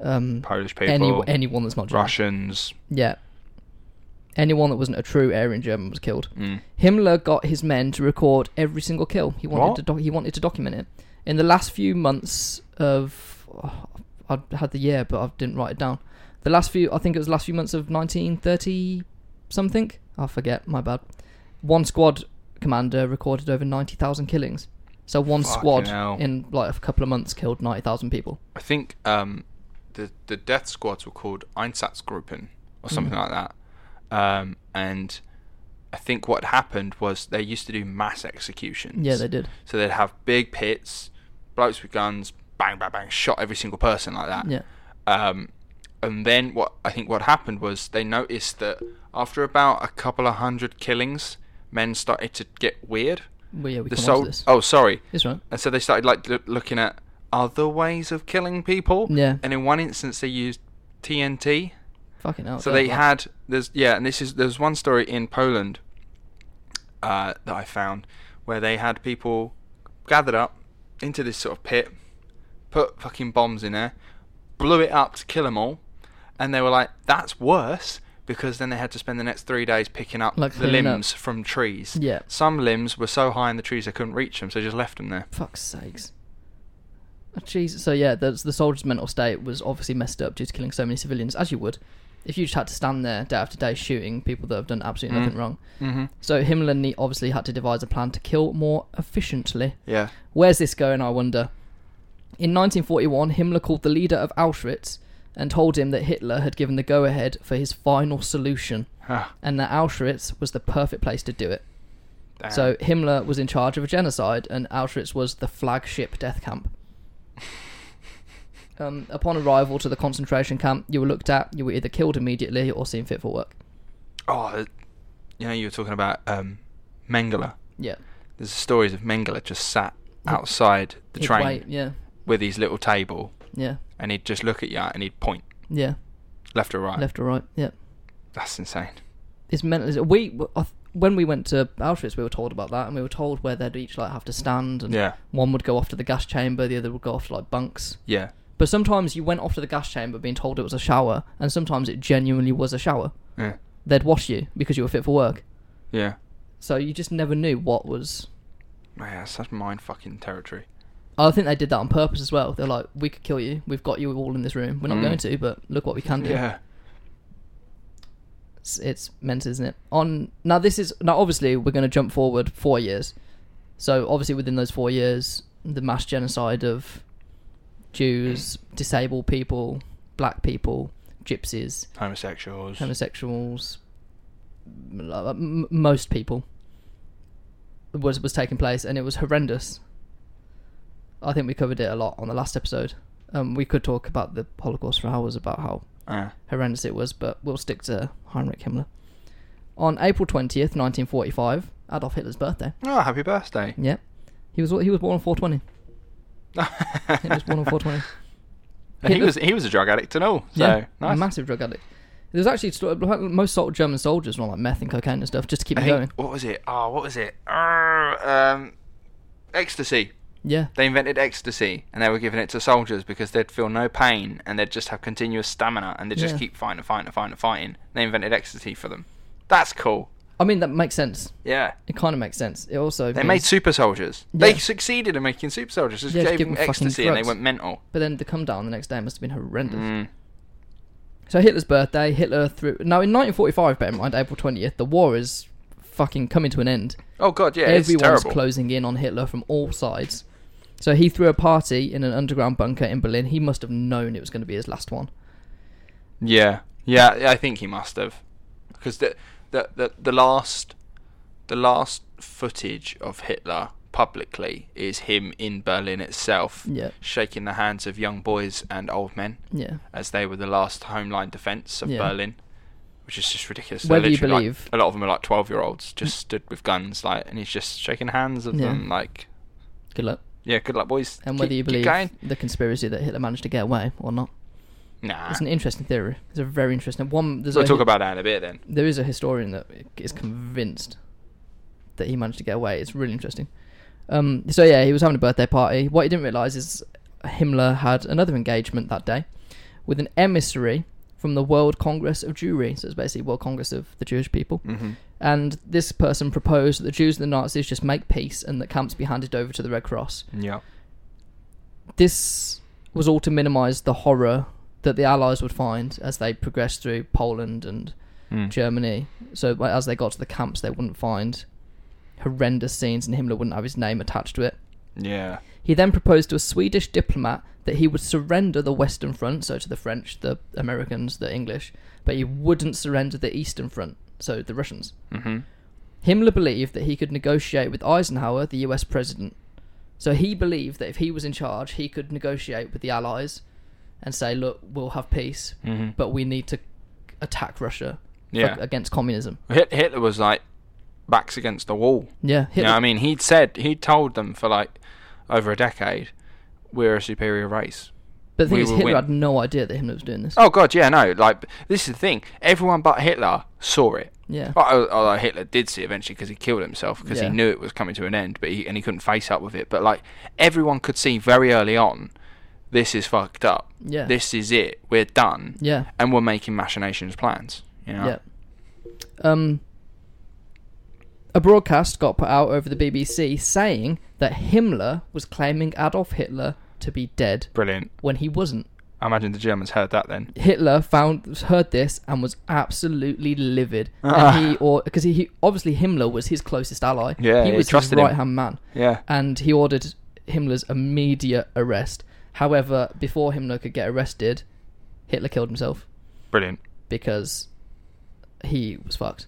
[SPEAKER 1] um,
[SPEAKER 2] Polish people.
[SPEAKER 1] any, anyone that's not German.
[SPEAKER 2] Russians.
[SPEAKER 1] Yeah. Anyone that wasn't a true Aryan German was killed.
[SPEAKER 2] Mm.
[SPEAKER 1] Himmler got his men to record every single kill. He wanted
[SPEAKER 2] What?
[SPEAKER 1] to doc- he wanted to document it. In the last few months of oh, I had the year, but I didn't write it down. The last few, I think it was the last few months of 1930 something. I forget. My bad. One squad commander recorded over 90,000 killings. So one
[SPEAKER 2] Fucking
[SPEAKER 1] squad
[SPEAKER 2] hell.
[SPEAKER 1] in like a couple of months killed 90,000 people.
[SPEAKER 2] I think um, the the death squads were called Einsatzgruppen or something
[SPEAKER 1] Hmm.
[SPEAKER 2] like that. Um, and I think what happened was they used to do mass executions.
[SPEAKER 1] Yeah, they did.
[SPEAKER 2] So they'd have big pits, blokes with guns, bang, bang, bang, shot every single person like that.
[SPEAKER 1] Yeah.
[SPEAKER 2] Um, and then what I think what happened was they noticed that after about a couple of hundred killings, men started to get weird.
[SPEAKER 1] Well, yeah, we
[SPEAKER 2] The
[SPEAKER 1] can
[SPEAKER 2] sol-
[SPEAKER 1] this.
[SPEAKER 2] Oh, sorry.
[SPEAKER 1] It's right.
[SPEAKER 2] And so they started like loo- looking at, other ways of killing people.
[SPEAKER 1] Yeah.
[SPEAKER 2] And in one instance, they used TNT.
[SPEAKER 1] Fucking hell.
[SPEAKER 2] So
[SPEAKER 1] yeah,
[SPEAKER 2] they
[SPEAKER 1] well,
[SPEAKER 2] had there's yeah, and this is there's one story in Poland uh, that I found where they had people gathered up into this sort of pit, put fucking bombs in there, blew it up to kill them all, and they were like, "That's worse." Because then they had to spend the next three days picking up
[SPEAKER 1] Like
[SPEAKER 2] the
[SPEAKER 1] cleaning up.
[SPEAKER 2] limbs from trees.
[SPEAKER 1] Yeah.
[SPEAKER 2] Some limbs were so high in the trees they couldn't reach them, so they just left them there.
[SPEAKER 1] Fuck's sakes. Oh, Jesus. So yeah, the, the soldier's mental state was obviously messed up due to killing so many civilians, as you would. If you just had to stand there day after day shooting people that have done absolutely
[SPEAKER 2] Mm.
[SPEAKER 1] nothing wrong.
[SPEAKER 2] Mm-hmm.
[SPEAKER 1] So Himmler ne- obviously had to devise a plan to kill more efficiently.
[SPEAKER 2] Yeah.
[SPEAKER 1] Where's this going, I wonder? In 1941, Himmler called the leader of Auschwitz and told him that Hitler had given the go ahead for his final solution
[SPEAKER 2] Huh.
[SPEAKER 1] and that Auschwitz was the perfect place to do it.
[SPEAKER 2] Damn.
[SPEAKER 1] So Himmler was in charge of a genocide, and Auschwitz was the flagship death camp. Um, upon arrival to the concentration camp, you were looked at. You were either killed immediately or seen fit for work.
[SPEAKER 2] oh, th- you know, you were talking about um, Mengele.
[SPEAKER 1] Yeah,
[SPEAKER 2] There's stories of Mengele just sat outside the
[SPEAKER 1] He'd
[SPEAKER 2] train
[SPEAKER 1] wait, Yeah,
[SPEAKER 2] with his little table,
[SPEAKER 1] yeah,
[SPEAKER 2] and he'd just look at you and he'd point
[SPEAKER 1] yeah.
[SPEAKER 2] left or right.
[SPEAKER 1] Left or right. Yeah,
[SPEAKER 2] That's insane.
[SPEAKER 1] it's mental. We I th- when we went to Auschwitz, we were told about that, and we were told where they'd each like have to stand, and
[SPEAKER 2] Yeah,
[SPEAKER 1] one would go off to the gas chamber, the other would go off to like bunks.
[SPEAKER 2] yeah.
[SPEAKER 1] But sometimes you went off to the gas chamber being told it was a shower, and sometimes it genuinely was a shower.
[SPEAKER 2] Yeah.
[SPEAKER 1] They'd wash you because you were fit for work.
[SPEAKER 2] Yeah.
[SPEAKER 1] So you just never knew what was.
[SPEAKER 2] Man, that's such mind fucking territory.
[SPEAKER 1] I think they did that on purpose as well. They're like, we could kill you. We've got you all in this room. We're not
[SPEAKER 2] Mm.
[SPEAKER 1] going to, but look what we can do.
[SPEAKER 2] Yeah.
[SPEAKER 1] It's, it's meant, isn't it? On now, this is now. Obviously, we're going to jump forward four years. So obviously, within those four years, the mass genocide of Jews, disabled people, black people, gypsies,
[SPEAKER 2] Homosexuals.
[SPEAKER 1] homosexuals, m- like, m- most people was was taking place, and it was horrendous. I think we covered it a lot on the last episode. Um, we could talk about the Holocaust for hours about how
[SPEAKER 2] yeah.
[SPEAKER 1] horrendous it was, but we'll stick to Heinrich Himmler. On April twentieth, nineteen forty-five, Adolf Hitler's birthday.
[SPEAKER 2] Oh, happy birthday.
[SPEAKER 1] Yeah, he was he was born on four twenty. He was born on four twenty.
[SPEAKER 2] And he
[SPEAKER 1] Hitler-
[SPEAKER 2] was he was a drug addict and all. So
[SPEAKER 1] yeah,
[SPEAKER 2] nice.
[SPEAKER 1] massive drug addict. There's actually sto- most sol- German soldiers were on like meth and cocaine and stuff just to keep
[SPEAKER 2] I
[SPEAKER 1] them
[SPEAKER 2] think-
[SPEAKER 1] going.
[SPEAKER 2] what was it? Oh, what was it? Arr, um, ecstasy.
[SPEAKER 1] Yeah,
[SPEAKER 2] They invented ecstasy and they were giving it to soldiers because they'd feel no pain and they'd just have continuous stamina and they'd just
[SPEAKER 1] Yeah.
[SPEAKER 2] keep fighting and fighting and fighting and fighting. They invented ecstasy for them. That's cool.
[SPEAKER 1] I mean that makes sense.
[SPEAKER 2] Yeah.
[SPEAKER 1] It kind of makes sense. It also
[SPEAKER 2] They
[SPEAKER 1] means-
[SPEAKER 2] made super soldiers.
[SPEAKER 1] Yeah.
[SPEAKER 2] They succeeded in making super soldiers. Just
[SPEAKER 1] Yeah, just
[SPEAKER 2] gave
[SPEAKER 1] give
[SPEAKER 2] them
[SPEAKER 1] them fucking
[SPEAKER 2] ecstasy and they
[SPEAKER 1] drugs.
[SPEAKER 2] went mental.
[SPEAKER 1] but then the come down the next day must have been horrendous.
[SPEAKER 2] Mm.
[SPEAKER 1] So Hitler's birthday, Hitler threw. Now in 1945, bear in mind April 20th, the war is fucking coming to an end.
[SPEAKER 2] Oh god, yeah, it's
[SPEAKER 1] Everyone's
[SPEAKER 2] terrible.
[SPEAKER 1] closing in on Hitler from all sides. So he threw a party in an underground bunker in Berlin. He must have known it was going to be his last one.
[SPEAKER 2] Yeah, yeah, I think he must have, because the, the the the last the last footage of Hitler publicly is him in Berlin itself,
[SPEAKER 1] Yeah.
[SPEAKER 2] shaking the hands of young boys and old men
[SPEAKER 1] Yeah.
[SPEAKER 2] as they were the last homeland defense of
[SPEAKER 1] Yeah.
[SPEAKER 2] Berlin, which is just ridiculous. They're
[SPEAKER 1] Whether you
[SPEAKER 2] literally, like-
[SPEAKER 1] believe-
[SPEAKER 2] a lot of them are like twelve year olds, just stood with guns, like, and he's just shaking hands of
[SPEAKER 1] Yeah.
[SPEAKER 2] them, like,
[SPEAKER 1] Good luck.
[SPEAKER 2] yeah, good luck, boys.
[SPEAKER 1] And
[SPEAKER 2] Keep-
[SPEAKER 1] whether you
[SPEAKER 2] keep
[SPEAKER 1] believe
[SPEAKER 2] going.
[SPEAKER 1] the conspiracy that Hitler managed to get away or not,
[SPEAKER 2] nah,
[SPEAKER 1] it's an interesting theory. It's a very interesting one. There's
[SPEAKER 2] we'll
[SPEAKER 1] a-
[SPEAKER 2] talk about that in a bit then.
[SPEAKER 1] there is a historian that is convinced that he managed to get away. It's really interesting. Um, so yeah, he was having a birthday party. What he didn't realize is Himmler had another engagement that day with an emissary from the World Congress of Jewry. So it's basically World Congress of the Jewish people.
[SPEAKER 2] Mm-hmm.
[SPEAKER 1] And this person proposed that the Jews and the Nazis just make peace and that camps be handed over to the Red Cross.
[SPEAKER 2] Yeah.
[SPEAKER 1] This was all to minimize the horror that the Allies would find as they progressed through Poland and
[SPEAKER 2] Mm.
[SPEAKER 1] Germany. So like, as they got to the camps, they wouldn't find horrendous scenes, and Himmler wouldn't have his name attached to it.
[SPEAKER 2] Yeah.
[SPEAKER 1] He then proposed to a Swedish diplomat that he would surrender the Western Front, so to the French, the Americans, the English, but he wouldn't surrender the Eastern Front, so the Russians.
[SPEAKER 2] Mm-hmm.
[SPEAKER 1] Himmler believed that he could negotiate with Eisenhower, the US president. So he believed that if he was in charge, he could negotiate with the Allies and say, look, we'll have peace,
[SPEAKER 2] Mm-hmm.
[SPEAKER 1] but we need to attack Russia for-
[SPEAKER 2] Yeah.
[SPEAKER 1] against communism.
[SPEAKER 2] Hit- Hitler was like backs against the wall.
[SPEAKER 1] Yeah,
[SPEAKER 2] You
[SPEAKER 1] Hitler
[SPEAKER 2] know, what I mean, he'd said he told them for like over a decade, we're a superior race.
[SPEAKER 1] But the thing
[SPEAKER 2] We
[SPEAKER 1] is,
[SPEAKER 2] will
[SPEAKER 1] Hitler
[SPEAKER 2] win.
[SPEAKER 1] had no idea that Hitler was doing this.
[SPEAKER 2] Oh God, yeah, no. Like this is the thing. Everyone but Hitler saw it.
[SPEAKER 1] Yeah.
[SPEAKER 2] Al- Although Hitler did see it eventually because he killed himself because
[SPEAKER 1] Yeah.
[SPEAKER 2] he knew it was coming to an end, but he and he couldn't face up with it. But like everyone could see very early on, this is fucked up.
[SPEAKER 1] Yeah.
[SPEAKER 2] This is it. We're done,
[SPEAKER 1] Yeah.
[SPEAKER 2] and we're making machinations plans. You know?
[SPEAKER 1] Yeah. Um, a broadcast got put out over the BBC saying that Himmler was claiming Adolf Hitler to be dead
[SPEAKER 2] Brilliant.
[SPEAKER 1] when he wasn't.
[SPEAKER 2] I imagine the Germans heard that then.
[SPEAKER 1] Hitler found heard this and was absolutely livid.
[SPEAKER 2] Ah.
[SPEAKER 1] And he or because he, he obviously Himmler was his closest ally.
[SPEAKER 2] Yeah,
[SPEAKER 1] he
[SPEAKER 2] he
[SPEAKER 1] was his
[SPEAKER 2] trusted him.
[SPEAKER 1] right hand man,
[SPEAKER 2] Yeah.
[SPEAKER 1] and he ordered Himmler's immediate arrest. However, before Himmler could get arrested, Hitler killed himself
[SPEAKER 2] Brilliant.
[SPEAKER 1] because he was fucked.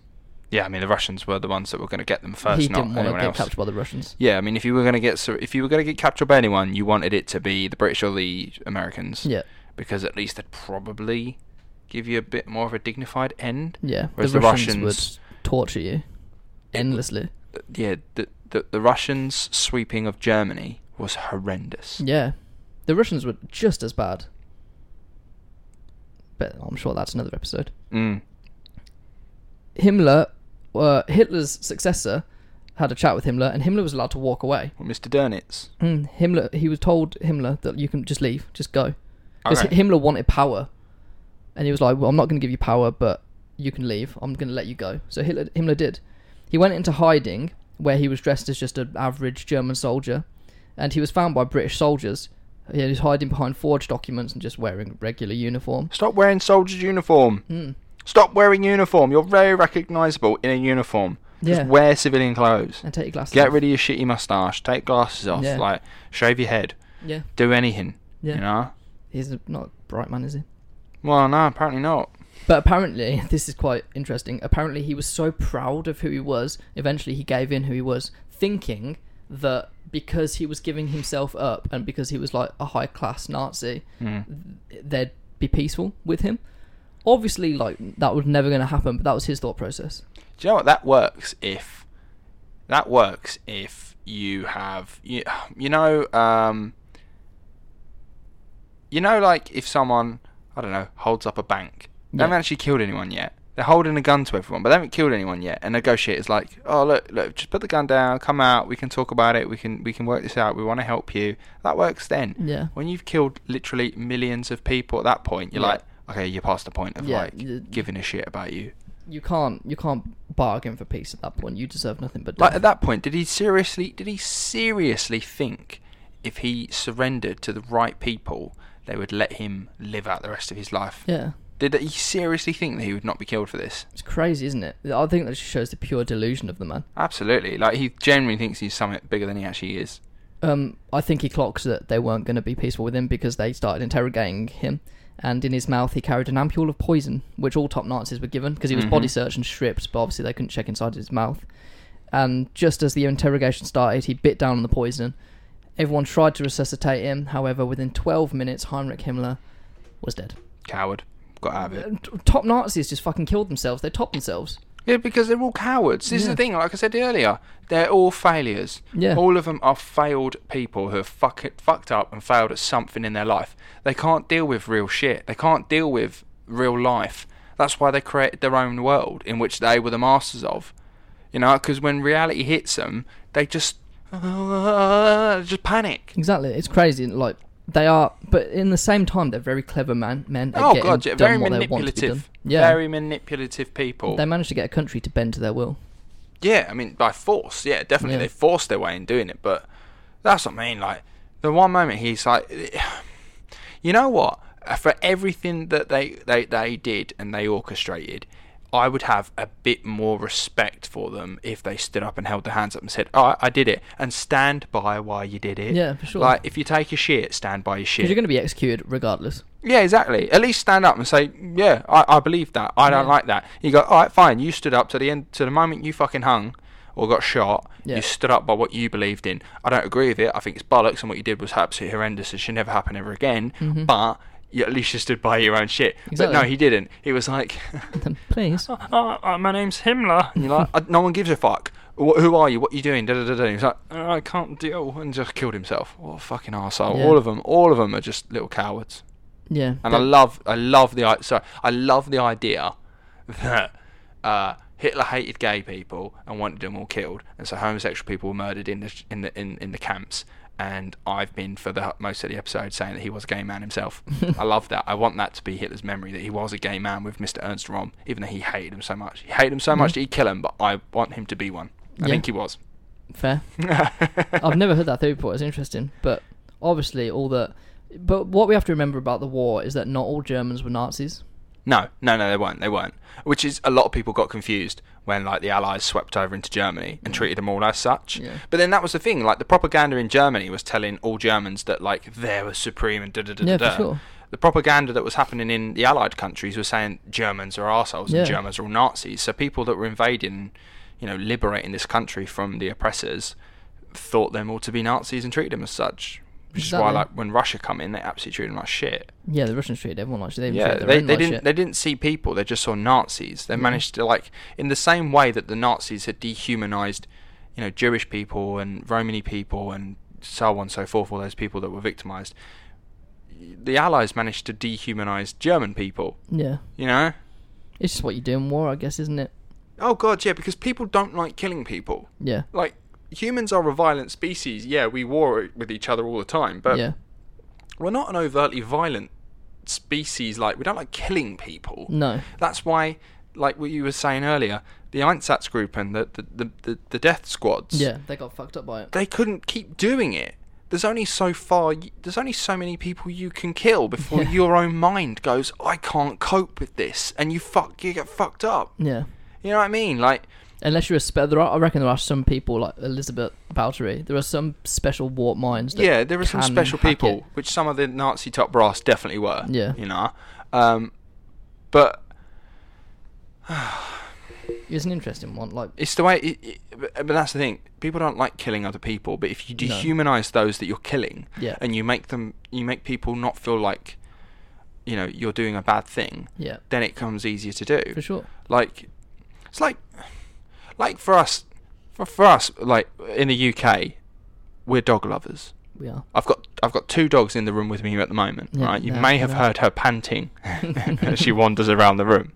[SPEAKER 2] Yeah, I mean the Russians were the ones that were going to get them first,
[SPEAKER 1] he
[SPEAKER 2] not
[SPEAKER 1] didn't want to
[SPEAKER 2] anyone
[SPEAKER 1] get
[SPEAKER 2] else.
[SPEAKER 1] captured by the Russians.
[SPEAKER 2] Yeah, I mean if you were going to get sur- if you were going to get captured by anyone, you wanted it to be the British or the Americans.
[SPEAKER 1] Yeah,
[SPEAKER 2] because at least they'd probably give you a bit more of a dignified end.
[SPEAKER 1] yeah.
[SPEAKER 2] Whereas
[SPEAKER 1] the,
[SPEAKER 2] the
[SPEAKER 1] Russians,
[SPEAKER 2] Russians-
[SPEAKER 1] would torture you endlessly.
[SPEAKER 2] Yeah, the the, the Russians' sweeping of Germany was horrendous.
[SPEAKER 1] Yeah, the Russians were just as bad. But I'm sure that's another episode.
[SPEAKER 2] Mm.
[SPEAKER 1] Himmler, uh, Hitler's successor, had a chat with Himmler, and Himmler was allowed to walk away.
[SPEAKER 2] Well, Mr. Dönitz.
[SPEAKER 1] Mm, Himmler, he was told Himmler that you can just leave, just go, because
[SPEAKER 2] Okay.
[SPEAKER 1] Himmler wanted power, and he was like, "Well, I'm not going to give you power, but you can leave. I'm going to let you go." So Hitler, Himmler did. He went into hiding, where he was dressed as just an average German soldier, and he was found by British soldiers. He was hiding behind forged documents and just wearing regular uniform.
[SPEAKER 2] Stop wearing soldier's uniform.
[SPEAKER 1] Mm.
[SPEAKER 2] Stop wearing uniform. You're very recognisable in a uniform.
[SPEAKER 1] Yeah.
[SPEAKER 2] Just wear civilian clothes.
[SPEAKER 1] And take your glasses.
[SPEAKER 2] Get
[SPEAKER 1] off.
[SPEAKER 2] rid of your shitty moustache. Take glasses off.
[SPEAKER 1] Yeah.
[SPEAKER 2] Like shave your head.
[SPEAKER 1] Yeah,
[SPEAKER 2] Do anything.
[SPEAKER 1] yeah.
[SPEAKER 2] You know.
[SPEAKER 1] He's a- not a bright man, is he?
[SPEAKER 2] Well, no, apparently not.
[SPEAKER 1] But apparently, this is quite interesting. Apparently, he was so proud of who he was, eventually, he gave in who he was, thinking that because he was giving himself up and because he was like a high class Nazi,
[SPEAKER 2] Hmm.
[SPEAKER 1] th- they'd be peaceful with him. Obviously, like that was never going to happen, but that was his thought process.
[SPEAKER 2] Do you know what that works if that works if you have you, you know um you know like if someone I don't know holds up a bank they haven't
[SPEAKER 1] Yeah.
[SPEAKER 2] actually killed anyone yet they're holding a gun to everyone but they haven't killed anyone yet and negotiators like oh look look just put the gun down come out we can talk about it we can we can work this out we want to help you that works then
[SPEAKER 1] Yeah.
[SPEAKER 2] when you've killed literally millions of people at that point you're
[SPEAKER 1] Yeah.
[SPEAKER 2] like okay you're past the point of
[SPEAKER 1] Yeah,
[SPEAKER 2] like
[SPEAKER 1] you-
[SPEAKER 2] giving a shit about you
[SPEAKER 1] You can't, you can't bargain for peace at that point. You deserve nothing but
[SPEAKER 2] Like
[SPEAKER 1] death.
[SPEAKER 2] at that point, did he seriously? Did he seriously think if he surrendered to the right people, they would let him live out the rest of his life?
[SPEAKER 1] Yeah,
[SPEAKER 2] Did he seriously think that he would not be killed for this?
[SPEAKER 1] it's crazy, isn't it? I think that just shows the pure delusion of the man.
[SPEAKER 2] Absolutely. Like he genuinely thinks he's something bigger than he actually is.
[SPEAKER 1] um, I think he clocks that they weren't going to be peaceful with him because they started interrogating him. And in his mouth, he carried an ampule of poison, which all top Nazis were given because he was
[SPEAKER 2] Mm-hmm.
[SPEAKER 1] body searched and stripped, but obviously they couldn't check inside his mouth. And just as the interrogation started, he bit down on the poison. Everyone tried to resuscitate him. However, within 12 minutes, Heinrich Himmler was dead.
[SPEAKER 2] Coward. Got out of it.
[SPEAKER 1] And t- Top Nazis just fucking killed themselves. They topped themselves.
[SPEAKER 2] Yeah, because they're all cowards. This is the thing. Like I said earlier, they're all failures.
[SPEAKER 1] Yeah.
[SPEAKER 2] All of them are failed people who have fuck it, fucked up and failed at something in their life. They can't deal with real shit. They can't deal with real life. That's why they created their own world in which they were the masters of. You know, because when reality hits them, they just just panic.
[SPEAKER 1] Exactly. It's crazy. and, Like they are, but in the same time, they're very clever man men. at
[SPEAKER 2] Oh
[SPEAKER 1] getting
[SPEAKER 2] god, yeah,
[SPEAKER 1] done
[SPEAKER 2] very
[SPEAKER 1] what they want to be done.
[SPEAKER 2] manipulative.
[SPEAKER 1] Yeah,
[SPEAKER 2] Very manipulative people.
[SPEAKER 1] they managed to get a country to bend to their will.
[SPEAKER 2] Yeah, I mean by force. Yeah, definitely
[SPEAKER 1] Yeah.
[SPEAKER 2] they forced their way in doing it. But that's what I mean. Like the one moment he's like, you know what? For everything that they they they did and they orchestrated, I would have a bit more respect for them if they stood up and held their hands up and said, "All right, I did it," and stand by why you did it.
[SPEAKER 1] Yeah, for sure.
[SPEAKER 2] Like if you take a shit, stand by your shit.
[SPEAKER 1] Because you're going to be executed regardless.
[SPEAKER 2] Yeah, exactly. At least stand up and say, "Yeah, I, I believe that. I don't
[SPEAKER 1] Yeah.
[SPEAKER 2] like that." You go, "All right, fine. You stood up to the end, to the moment you fucking hung or got shot.
[SPEAKER 1] Yeah.
[SPEAKER 2] You stood up by what you believed in. I don't agree with it. I think it's bollocks, and what you did was absolutely horrendous. It should never happen ever again. But you, at least you stood by your own shit. But no,
[SPEAKER 1] Mm-hmm. Exactly.
[SPEAKER 2] he didn't. He was like,
[SPEAKER 1] Then please,
[SPEAKER 2] uh, oh, uh, "My name's Himmler," and you're like, "Uh, "No one gives a fuck." "Wh- who are you? What are you doing? Da, da, da, da. He was like, "Oh, I can't deal, and just killed himself. What a fucking arsehole.
[SPEAKER 1] Yeah.
[SPEAKER 2] All of them, all of them are just little cowards.
[SPEAKER 1] Yeah.
[SPEAKER 2] And I love, I love the, i- sorry, I love the idea that uh, Hitler hated gay people and wanted them all killed, and so homosexual people were murdered in the in the in, in the camps. And I've been for the most of the episode saying that he was a gay man himself. I love that. I want that to be Hitler's memory that he was a gay man with Mr. Ernst Rom, even though he hated him so much. He hated him so much that he'd kill him, but I want him to be one. I
[SPEAKER 1] Mm-hmm. Yeah.
[SPEAKER 2] think he was.
[SPEAKER 1] Fair. I've never heard that theory before. It's interesting, but obviously all the. But what we have to remember about the war is that not all Germans were Nazis.
[SPEAKER 2] No, no, no, they weren't. They weren't. Which is a lot of people got confused when like the Allies swept over into Germany and treated them all as such.
[SPEAKER 1] Mm. Yeah.
[SPEAKER 2] But then that was the thing. Like the propaganda in Germany was telling all Germans that like they were supreme and da da da
[SPEAKER 1] Yeah, for
[SPEAKER 2] da. da.
[SPEAKER 1] sure.
[SPEAKER 2] The propaganda that was happening in the Allied countries was saying Germans are assholes
[SPEAKER 1] Yeah.
[SPEAKER 2] and Germans are all Nazis. So people that were invading, you know, liberating this country from the oppressors, thought them all to be Nazis and treated them as such. Which is
[SPEAKER 1] Exactly.
[SPEAKER 2] why, like, when Russia come in, they absolutely treated them like shit.
[SPEAKER 1] Yeah, the Russians treated everyone like shit. They
[SPEAKER 2] Yeah,
[SPEAKER 1] treated their
[SPEAKER 2] they,
[SPEAKER 1] own
[SPEAKER 2] they
[SPEAKER 1] like
[SPEAKER 2] didn't
[SPEAKER 1] shit. Mm-hmm.
[SPEAKER 2] they didn't see people. They just saw Nazis. They managed to like in the same way that the Nazis had dehumanized, you know, Jewish people and Romani people and so on and so forth. All those people that were victimized. The Allies managed to dehumanize German people.
[SPEAKER 1] Yeah,
[SPEAKER 2] You know.
[SPEAKER 1] it's just what you do in war, I guess, isn't it?
[SPEAKER 2] Oh God, yeah, because people don't like killing people.
[SPEAKER 1] Yeah.
[SPEAKER 2] Like humans are a violent species. Yeah, we war with each other all the time, but
[SPEAKER 1] yeah.
[SPEAKER 2] we're not an overtly violent species. Like we don't like killing people.
[SPEAKER 1] No.
[SPEAKER 2] That's why, like what you were saying earlier, the Einsatzgruppen, the the, the, the, the death squads,
[SPEAKER 1] Yeah, they got fucked up by it.
[SPEAKER 2] they couldn't keep doing it. There's only so far. y- There's only so many people you can kill before
[SPEAKER 1] Yeah.
[SPEAKER 2] your own mind goes, "I can't cope with this," and you fuck, you get fucked up.
[SPEAKER 1] Yeah.
[SPEAKER 2] You know what I mean? Like,
[SPEAKER 1] Unless you're a spe- there are, I reckon there are some people like Elizabeth Bowdery. There are some special warp minds. That
[SPEAKER 2] yeah, there are some
[SPEAKER 1] can
[SPEAKER 2] special
[SPEAKER 1] hack
[SPEAKER 2] people,
[SPEAKER 1] it.
[SPEAKER 2] which some of the Nazi top brass definitely were.
[SPEAKER 1] Yeah.
[SPEAKER 2] you know, um, but
[SPEAKER 1] It's an interesting one. Like,
[SPEAKER 2] It's the way. It, it, but but that's the thing. People don't like killing other people. But if you
[SPEAKER 1] No.
[SPEAKER 2] dehumanize those that you're killing,
[SPEAKER 1] Yeah.
[SPEAKER 2] and you make them, you make people not feel like, you know, you're doing a bad thing.
[SPEAKER 1] yeah,
[SPEAKER 2] Then it comes easier to do.
[SPEAKER 1] for sure.
[SPEAKER 2] Like, it's like, like for us, for, for us, like in the UK, we're dog lovers.
[SPEAKER 1] We are.
[SPEAKER 2] I've got I've got two dogs in the room with me at the moment.
[SPEAKER 1] Yeah,
[SPEAKER 2] right, you
[SPEAKER 1] no,
[SPEAKER 2] may have
[SPEAKER 1] no.
[SPEAKER 2] heard her panting as she wanders around the room.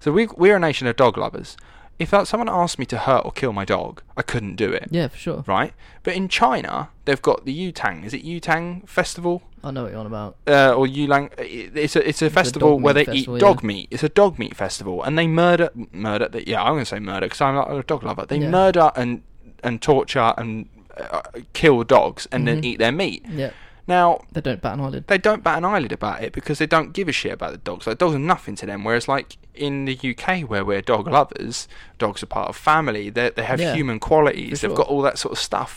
[SPEAKER 2] So we we're a nation of dog lovers. If that, someone asked me to hurt or kill my dog, I couldn't do it.
[SPEAKER 1] Yeah, for sure.
[SPEAKER 2] Right, but in China they've got the Yutang. Is it Yutang festival
[SPEAKER 1] I know what you're on about.
[SPEAKER 2] uh, or Yulang? It's a it's a festival
[SPEAKER 1] dog
[SPEAKER 2] where they
[SPEAKER 1] meat festival,
[SPEAKER 2] eat dog
[SPEAKER 1] yeah.
[SPEAKER 2] meat. It's a dog meat festival, and they murder murder. They, yeah, I'm gonna say murder because I'm not a dog lover. They
[SPEAKER 1] Yeah.
[SPEAKER 2] murder and and torture and uh, kill dogs and then
[SPEAKER 1] Mhm.
[SPEAKER 2] eat their meat.
[SPEAKER 1] Yeah,
[SPEAKER 2] Now
[SPEAKER 1] they don't bat an eyelid.
[SPEAKER 2] they don't bat an eyelid about it because they don't give a shit about the dogs. Like dogs are nothing to them. Whereas like in the UK where we're dog lovers, dogs are part of family. They they have
[SPEAKER 1] Yeah,
[SPEAKER 2] human qualities.
[SPEAKER 1] for
[SPEAKER 2] They've
[SPEAKER 1] sure.
[SPEAKER 2] got all that sort of stuff.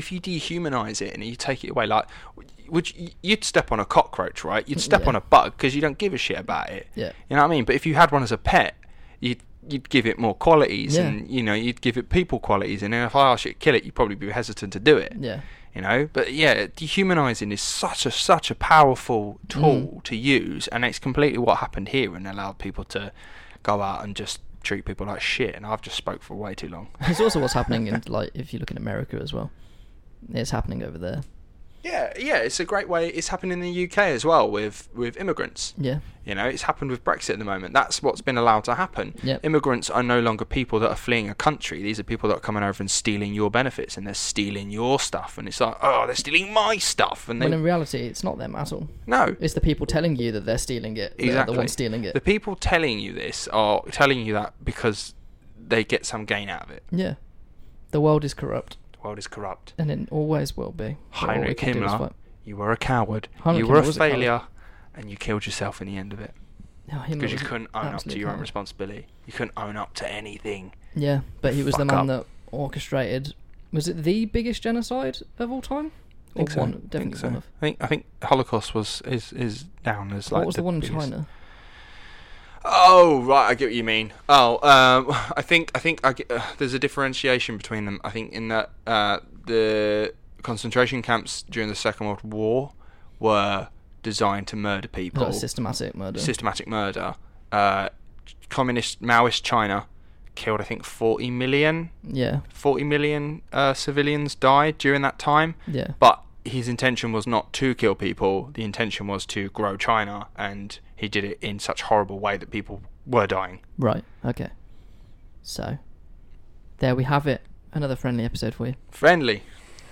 [SPEAKER 2] If you dehumanize it and you take it away, like would you, you'd step on a cockroach, right? You'd step
[SPEAKER 1] Yeah.
[SPEAKER 2] on a bug because you don't give a shit about it.
[SPEAKER 1] Yeah.
[SPEAKER 2] You know what I mean? But if you had one as a pet, you'd you'd give it more qualities
[SPEAKER 1] Yeah.
[SPEAKER 2] and you know you'd give it people qualities. And if I asked you to kill it, you'd probably be hesitant to do it
[SPEAKER 1] Yeah,
[SPEAKER 2] you know but yeah dehumanizing is such a such a powerful
[SPEAKER 1] Mm.
[SPEAKER 2] tool to use and it's completely what happened here and allowed people to go out and just treat people like shit and i've just spoke for way too long
[SPEAKER 1] it's also what's happening in like if you look in America as well. It's happening over there.
[SPEAKER 2] yeah yeah it's a great way it's happened in the uk as well with with immigrants
[SPEAKER 1] Yeah,
[SPEAKER 2] You know, it's happened with Brexit at the moment. That's what's been allowed to happen.
[SPEAKER 1] Yep.
[SPEAKER 2] Immigrants are no longer people that are fleeing a country. These are people that are coming over and stealing your benefits and they're stealing your stuff. And it's like, oh, they're stealing my stuff. And they,
[SPEAKER 1] when in reality, it's not them at all.
[SPEAKER 2] no,
[SPEAKER 1] It's the people telling you that they're stealing it. that are
[SPEAKER 2] exactly
[SPEAKER 1] the ones stealing it.
[SPEAKER 2] The people telling you this are telling you that because they get some gain out of it.
[SPEAKER 1] yeah, the world is corrupt,
[SPEAKER 2] The world is corrupt.
[SPEAKER 1] and it always will be. But all we
[SPEAKER 2] Heinrich
[SPEAKER 1] can do is
[SPEAKER 2] Himmler,
[SPEAKER 1] fight.
[SPEAKER 2] you were a coward.
[SPEAKER 1] Heinrich
[SPEAKER 2] you were
[SPEAKER 1] Himmler
[SPEAKER 2] a
[SPEAKER 1] was a coward.
[SPEAKER 2] failure, and you killed yourself in the end of it
[SPEAKER 1] No, Himmler
[SPEAKER 2] because you
[SPEAKER 1] was an
[SPEAKER 2] couldn't own up
[SPEAKER 1] absolute
[SPEAKER 2] to your own
[SPEAKER 1] coward.
[SPEAKER 2] responsibility. You couldn't own up to anything.
[SPEAKER 1] Yeah, but he was the
[SPEAKER 2] Fuck
[SPEAKER 1] man
[SPEAKER 2] up.
[SPEAKER 1] that orchestrated. Was it the biggest genocide of all time? Or
[SPEAKER 2] I think so.
[SPEAKER 1] one?
[SPEAKER 2] I
[SPEAKER 1] Definitely
[SPEAKER 2] think so.
[SPEAKER 1] one of.
[SPEAKER 2] I think I think Holocaust was is is down as like
[SPEAKER 1] what was the, one in
[SPEAKER 2] biggest-
[SPEAKER 1] China?
[SPEAKER 2] Oh right, I get what you mean. Oh, um, I think I think I get, uh, there's a differentiation between them. I think in that uh, the concentration camps during the Second World War were designed to murder
[SPEAKER 1] That
[SPEAKER 2] people,
[SPEAKER 1] was systematic murder.
[SPEAKER 2] systematic murder. Uh, communist Maoist China killed. I think 40 million,
[SPEAKER 1] Yeah.
[SPEAKER 2] 40 million uh, civilians died during that time.
[SPEAKER 1] Yeah.
[SPEAKER 2] But his intention was not to kill people. The intention was to grow China, and he did it in such horrible way that people were dying.
[SPEAKER 1] Right. Okay. So, there we have it. Another friendly episode for you.
[SPEAKER 2] Friendly.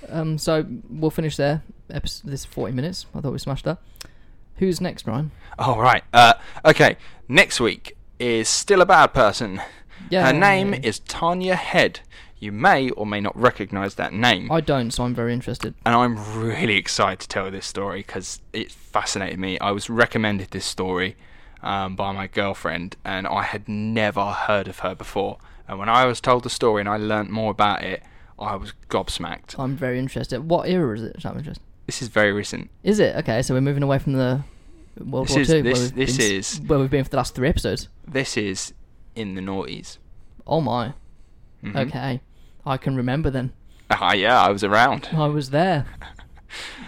[SPEAKER 1] Um. So we'll finish there. Epis this forty minutes. I thought we smashed that. Who's next, Ryan?
[SPEAKER 2] All right. Uh, okay. Next week is still a bad person. Her name
[SPEAKER 1] Yay.
[SPEAKER 2] is Tanya Head. You may or may not recognise that name.
[SPEAKER 1] I don't, so I'm very interested.
[SPEAKER 2] and I'm really excited to tell this story because it fascinated me. I was recommended this story um, by my girlfriend, and I had never heard of her before. And when I was told the story and I learnt more about it, I was gobsmacked.
[SPEAKER 1] I'm very interested. What era is it? Just out of interest.
[SPEAKER 2] This is very recent.
[SPEAKER 1] Is it okay? So we're moving away from the World
[SPEAKER 2] This
[SPEAKER 1] War
[SPEAKER 2] is-
[SPEAKER 1] Two.
[SPEAKER 2] this-
[SPEAKER 1] where we've
[SPEAKER 2] this
[SPEAKER 1] been,
[SPEAKER 2] is-
[SPEAKER 1] where we've been for the last three episodes.
[SPEAKER 2] This is in the noughties.
[SPEAKER 1] Oh my.
[SPEAKER 2] Mhm.
[SPEAKER 1] Okay. I can remember then.
[SPEAKER 2] Ah, yeah, I was around.
[SPEAKER 1] I was there.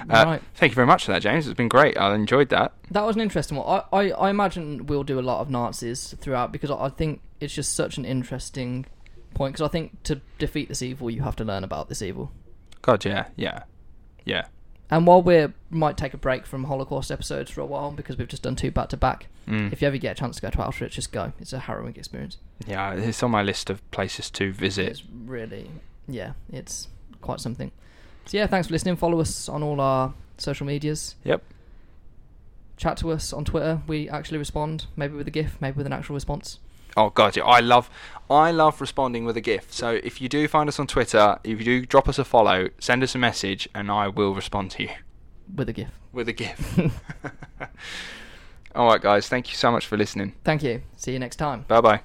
[SPEAKER 2] Uh,
[SPEAKER 1] right.
[SPEAKER 2] Thank you very much for that, James. It's been great. I enjoyed that.
[SPEAKER 1] That was an interesting one. I, I, I imagine we'll do a lot of Nazis throughout because I I think it's just such an interesting point. Because I think to defeat this evil, you have to learn about this evil.
[SPEAKER 2] God, yeah, yeah, yeah.
[SPEAKER 1] And while we might take a break from Holocaust episodes for a while because we've just done two back to back,
[SPEAKER 2] Mm.
[SPEAKER 1] if you ever get a chance to go to Auschwitz, just go. It's a harrowing experience.
[SPEAKER 2] Yeah, it's on my list of places to visit.
[SPEAKER 1] It's really, yeah, it's quite something. So yeah, thanks for listening. Follow us on all our social medias.
[SPEAKER 2] Yep.
[SPEAKER 1] Chat to us on Twitter. We actually respond, maybe with a GIF, maybe with an actual response.
[SPEAKER 2] Oh god, yeah, I love, I love responding with a GIF. So if you do find us on Twitter, if you do drop us a follow, send us a message, and I will respond to you
[SPEAKER 1] With a GIF.
[SPEAKER 2] with a GIF. All right, guys, thank you so much for listening.
[SPEAKER 1] Thank you. See you next time.
[SPEAKER 2] Bye bye.